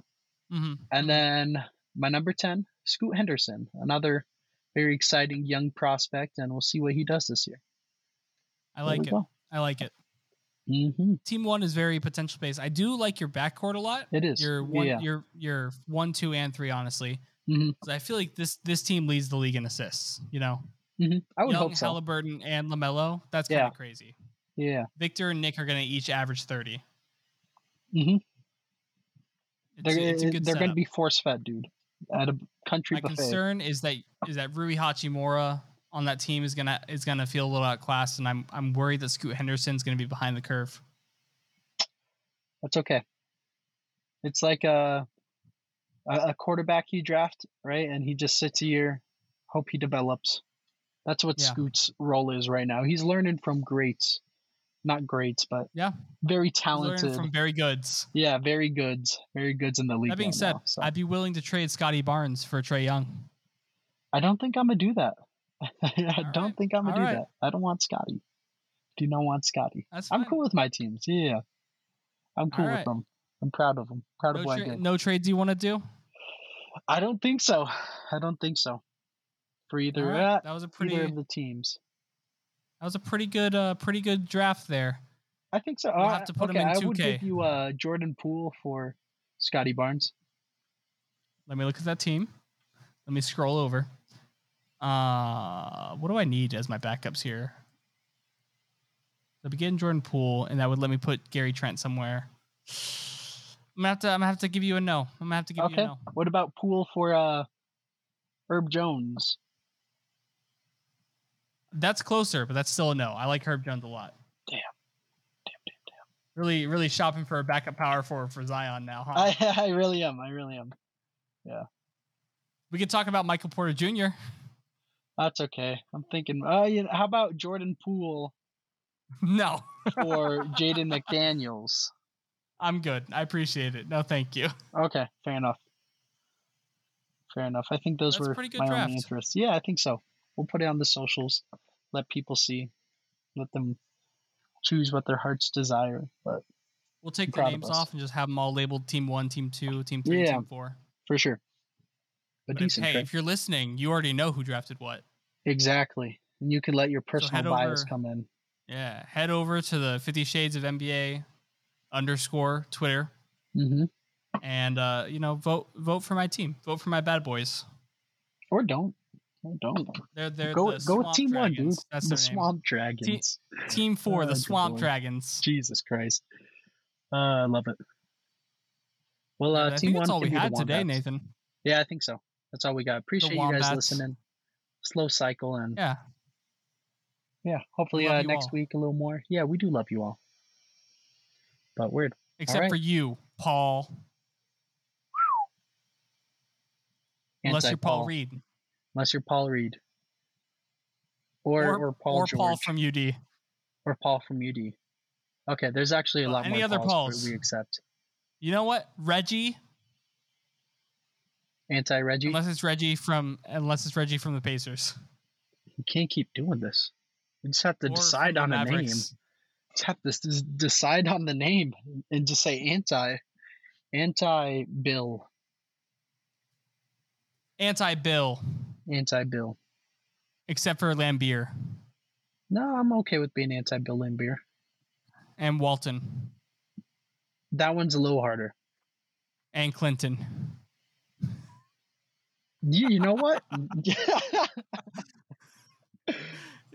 [SPEAKER 2] hmm
[SPEAKER 1] And then my number 10, Scoot Henderson, another very exciting young prospect, and we'll see what he does this year.
[SPEAKER 2] I like it. I like it.
[SPEAKER 1] Mm-hmm.
[SPEAKER 2] Team one is very potential based. I do like your backcourt a lot.
[SPEAKER 1] It is.
[SPEAKER 2] Your one,
[SPEAKER 1] yeah.
[SPEAKER 2] your your one, two, and three. Honestly,
[SPEAKER 1] Mhm.
[SPEAKER 2] 'Cause I feel like this this team leads the league in assists. You know,
[SPEAKER 1] Mhm. I would
[SPEAKER 2] Young,
[SPEAKER 1] hope so.
[SPEAKER 2] Halliburton, and Lamelo. That's kind
[SPEAKER 1] Yeah.
[SPEAKER 2] of crazy.
[SPEAKER 1] yeah.
[SPEAKER 2] Victor and Nick are going to each average thirty.
[SPEAKER 1] Mhm.
[SPEAKER 2] It's,
[SPEAKER 1] They're,
[SPEAKER 2] it's a good
[SPEAKER 1] they're going to
[SPEAKER 2] setup.
[SPEAKER 1] be force fed, dude, at a country
[SPEAKER 2] My
[SPEAKER 1] buffet.
[SPEAKER 2] concern is that is that Rui Hachimura on that team is gonna is gonna feel a little outclassed, and I'm I'm worried that Scoot Henderson's gonna be behind the curve.
[SPEAKER 1] That's okay. It's like a, a a quarterback you draft, right? And he just sits a year, hope he develops. That's what
[SPEAKER 2] Yeah.
[SPEAKER 1] Scoot's role is right now. He's learning from greats, not greats, but
[SPEAKER 2] Yeah.
[SPEAKER 1] very
[SPEAKER 2] He's learning
[SPEAKER 1] talented.
[SPEAKER 2] from Barry Goods.
[SPEAKER 1] yeah, very goods, very goods in the league.
[SPEAKER 2] That being
[SPEAKER 1] right
[SPEAKER 2] said,
[SPEAKER 1] now, so.
[SPEAKER 2] I'd be willing to trade Scotty Barnes for Trey Young.
[SPEAKER 1] I don't think I'm gonna do that. I
[SPEAKER 2] All
[SPEAKER 1] don't
[SPEAKER 2] right.
[SPEAKER 1] think I'm gonna
[SPEAKER 2] All
[SPEAKER 1] do
[SPEAKER 2] right.
[SPEAKER 1] that. I don't want Scotty. Do not want Scotty.
[SPEAKER 2] That's
[SPEAKER 1] I'm
[SPEAKER 2] fine.
[SPEAKER 1] cool with my teams. Yeah, I'm cool with
[SPEAKER 2] right.
[SPEAKER 1] them. I'm proud of them. Proud of
[SPEAKER 2] No,
[SPEAKER 1] what I
[SPEAKER 2] tra-
[SPEAKER 1] did.
[SPEAKER 2] no trades you want to do?
[SPEAKER 1] I don't think so. I don't think so. For either
[SPEAKER 2] All right.
[SPEAKER 1] that,
[SPEAKER 2] That was a pretty
[SPEAKER 1] either of the
[SPEAKER 2] that
[SPEAKER 1] teams.
[SPEAKER 2] was a pretty good uh pretty good draft there.
[SPEAKER 1] I think so.
[SPEAKER 2] We'll
[SPEAKER 1] Uh,
[SPEAKER 2] have to put 'em
[SPEAKER 1] okay,
[SPEAKER 2] in
[SPEAKER 1] I would
[SPEAKER 2] 2K.
[SPEAKER 1] give you uh, Jordan Poole for Scotty Barnes.
[SPEAKER 2] Let me look at that team. Let me scroll over. Uh, what do I need as my backups here? I'll be getting Jordan Poole, and that would let me put Gary Trent somewhere. I'm gonna have to. I'm gonna have to give you a no. I'm gonna have to give you
[SPEAKER 1] okay.
[SPEAKER 2] a no.
[SPEAKER 1] What about Poole for uh, Herb Jones?
[SPEAKER 2] That's closer, but that's still a no. I like Herb Jones a lot.
[SPEAKER 1] Damn.
[SPEAKER 2] Really, really shopping for a backup power forward for Zion now, huh?
[SPEAKER 1] I, I really am. I really am.
[SPEAKER 2] we could talk about Michael Porter Jr.
[SPEAKER 1] That's okay. I'm thinking. Uh, you know, how about Jordan Poole
[SPEAKER 2] no,
[SPEAKER 1] or Jaden McDaniels?
[SPEAKER 2] I'm good. I appreciate it. No, thank you.
[SPEAKER 1] Okay, fair enough. Fair enough. I think those
[SPEAKER 2] That's a
[SPEAKER 1] were
[SPEAKER 2] pretty good
[SPEAKER 1] my
[SPEAKER 2] draft.
[SPEAKER 1] only interests. Yeah, I think so. We'll put it on the socials. Let people see. Let them choose what their hearts desire. But
[SPEAKER 2] We'll take
[SPEAKER 1] proud
[SPEAKER 2] the
[SPEAKER 1] of
[SPEAKER 2] names
[SPEAKER 1] us.
[SPEAKER 2] off and just have them all labeled Team One, Team Two, Team Three,
[SPEAKER 1] Yeah.
[SPEAKER 2] Team Four.
[SPEAKER 1] for sure, a
[SPEAKER 2] But if-
[SPEAKER 1] decent
[SPEAKER 2] hey,
[SPEAKER 1] pick.
[SPEAKER 2] if you're listening, you already know who drafted what.
[SPEAKER 1] Exactly. And you can let your personal
[SPEAKER 2] head
[SPEAKER 1] bias
[SPEAKER 2] over-
[SPEAKER 1] come in.
[SPEAKER 2] Yeah, head over to the Fifty Shades of NBA underscore Twitter
[SPEAKER 1] hmm
[SPEAKER 2] and uh, you know vote vote for my team. Vote for my bad boys.
[SPEAKER 1] Or don't. Or don't.
[SPEAKER 2] They're they're
[SPEAKER 1] go
[SPEAKER 2] the
[SPEAKER 1] go with
[SPEAKER 2] Swamp
[SPEAKER 1] Team One, dude.
[SPEAKER 2] Dragons. That's
[SPEAKER 1] the
[SPEAKER 2] their
[SPEAKER 1] Swamp Dragons.
[SPEAKER 2] name. Team Four,
[SPEAKER 1] Oh,
[SPEAKER 2] the
[SPEAKER 1] good
[SPEAKER 2] Swamp
[SPEAKER 1] boy.
[SPEAKER 2] Dragons.
[SPEAKER 1] Jesus Christ. Uh, I love it. Well,
[SPEAKER 2] And
[SPEAKER 1] uh,
[SPEAKER 2] I
[SPEAKER 1] Team
[SPEAKER 2] think that's
[SPEAKER 1] One
[SPEAKER 2] all
[SPEAKER 1] can
[SPEAKER 2] we
[SPEAKER 1] be the
[SPEAKER 2] had today,
[SPEAKER 1] Wombats.
[SPEAKER 2] Nathan.
[SPEAKER 1] Yeah, I think so. That's all we got. Appreciate you guys
[SPEAKER 2] Wombats.
[SPEAKER 1] listening. Slow cycle and
[SPEAKER 2] Yeah,
[SPEAKER 1] yeah, hopefully
[SPEAKER 2] love
[SPEAKER 1] uh,
[SPEAKER 2] you
[SPEAKER 1] next
[SPEAKER 2] all.
[SPEAKER 1] week a little more. Yeah, we do love you all. But weird.
[SPEAKER 2] except
[SPEAKER 1] right.
[SPEAKER 2] for you, Paul. Unless you're Paul Reed
[SPEAKER 1] Unless you're Paul Reed. Or or, Paul
[SPEAKER 2] or
[SPEAKER 1] George.
[SPEAKER 2] Paul from UD.
[SPEAKER 1] or Paul from UD. Okay, there's actually a
[SPEAKER 2] Well,
[SPEAKER 1] lot
[SPEAKER 2] any
[SPEAKER 1] more
[SPEAKER 2] other
[SPEAKER 1] Pauls
[SPEAKER 2] Pauls?
[SPEAKER 1] that we accept.
[SPEAKER 2] You know what, Reggie?
[SPEAKER 1] Anti Reggie,
[SPEAKER 2] Unless it's Reggie from unless it's Reggie from the Pacers.
[SPEAKER 1] you can't keep doing this. You just have to
[SPEAKER 2] or
[SPEAKER 1] decide
[SPEAKER 2] from
[SPEAKER 1] on
[SPEAKER 2] the
[SPEAKER 1] a name.
[SPEAKER 2] Mavericks.
[SPEAKER 1] Just have to s- s- decide on the name and just say anti, anti Bill,
[SPEAKER 2] Anti Bill,
[SPEAKER 1] anti Bill.
[SPEAKER 2] except for Lambier
[SPEAKER 1] No, I'm okay with being anti Bill Lambier.
[SPEAKER 2] and Walton
[SPEAKER 1] That one's a little harder.
[SPEAKER 2] and Clinton.
[SPEAKER 1] You, you know what? I,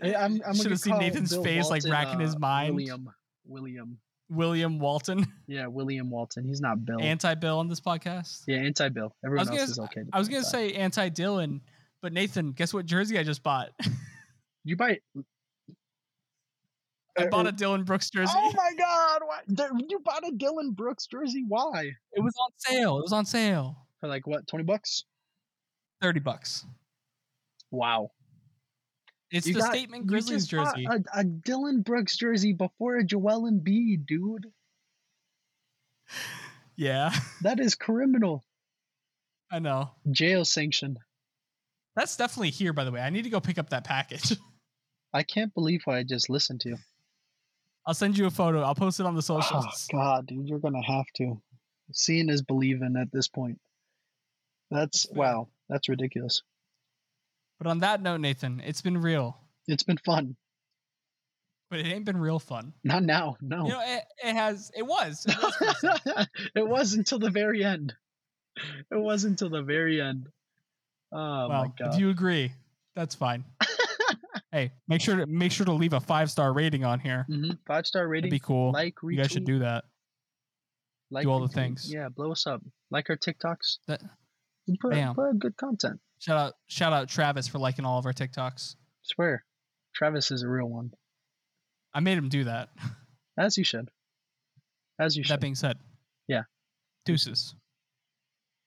[SPEAKER 1] am I'm
[SPEAKER 2] Should have seen Nathan's face like racking his mind. William,
[SPEAKER 1] uh, William, William,
[SPEAKER 2] Walton,
[SPEAKER 1] yeah, William Walton. He's not Bill.
[SPEAKER 2] anti Bill on this podcast.
[SPEAKER 1] Yeah, anti Bill. Everyone
[SPEAKER 2] gonna
[SPEAKER 1] else
[SPEAKER 2] s-
[SPEAKER 1] is okay.
[SPEAKER 2] I was
[SPEAKER 1] being
[SPEAKER 2] gonna
[SPEAKER 1] anti.
[SPEAKER 2] say anti Dylan, but Nathan, guess what jersey I just bought?
[SPEAKER 1] you buy.
[SPEAKER 2] I
[SPEAKER 1] Uh,
[SPEAKER 2] bought
[SPEAKER 1] uh,
[SPEAKER 2] a Dylan Brooks jersey.
[SPEAKER 1] Oh my God! Why there- you bought a Dylan Brooks jersey? Why?
[SPEAKER 2] It was on sale. It was on sale.
[SPEAKER 1] For like what? Twenty bucks?
[SPEAKER 2] Thirty bucks.
[SPEAKER 1] Wow!
[SPEAKER 2] It's
[SPEAKER 1] You
[SPEAKER 2] the
[SPEAKER 1] got-
[SPEAKER 2] statement
[SPEAKER 1] you
[SPEAKER 2] Grizzlies
[SPEAKER 1] just bought
[SPEAKER 2] jersey.
[SPEAKER 1] A, a Dylan Brooks jersey before a Joel Embiid, dude.
[SPEAKER 2] yeah,
[SPEAKER 1] That is criminal.
[SPEAKER 2] I know.
[SPEAKER 1] Jail sanctioned.
[SPEAKER 2] That's definitely here, by the way. I need to go pick up that package.
[SPEAKER 1] I can't believe what I just listened to.
[SPEAKER 2] I'll send you a photo. I'll post it on the
[SPEAKER 1] Oh
[SPEAKER 2] socials.
[SPEAKER 1] God, dude, you're gonna have to. Seeing is believing at this point. That's
[SPEAKER 2] That's fair.
[SPEAKER 1] wow. That's ridiculous.
[SPEAKER 2] but on that note, Nathan, it's been real,
[SPEAKER 1] It's been fun.
[SPEAKER 2] but it ain't been real fun.
[SPEAKER 1] Not now. No.
[SPEAKER 2] You know, it, it has. It was. It was for a sec.
[SPEAKER 1] it was until the very end. It was until the very end. Oh my
[SPEAKER 2] well,
[SPEAKER 1] god.
[SPEAKER 2] if you agree, that's fine. hey, make sure to make sure to leave a five star rating on here.
[SPEAKER 1] hmm Five star
[SPEAKER 2] That'd
[SPEAKER 1] rating.
[SPEAKER 2] be cool.
[SPEAKER 1] like retweet.
[SPEAKER 2] you guys should do that.
[SPEAKER 1] like,
[SPEAKER 2] do all the
[SPEAKER 1] retweet.
[SPEAKER 2] things.
[SPEAKER 1] Yeah, blow us up. Like our TikToks.
[SPEAKER 2] That-
[SPEAKER 1] We put,
[SPEAKER 2] Bam.
[SPEAKER 1] put out good content.
[SPEAKER 2] Shout out shout out Travis for liking all of our TikToks.
[SPEAKER 1] Swear, Travis is a real one.
[SPEAKER 2] I made him do that.
[SPEAKER 1] As you should. As you
[SPEAKER 2] That
[SPEAKER 1] should.
[SPEAKER 2] being said,
[SPEAKER 1] Yeah.
[SPEAKER 2] deuces.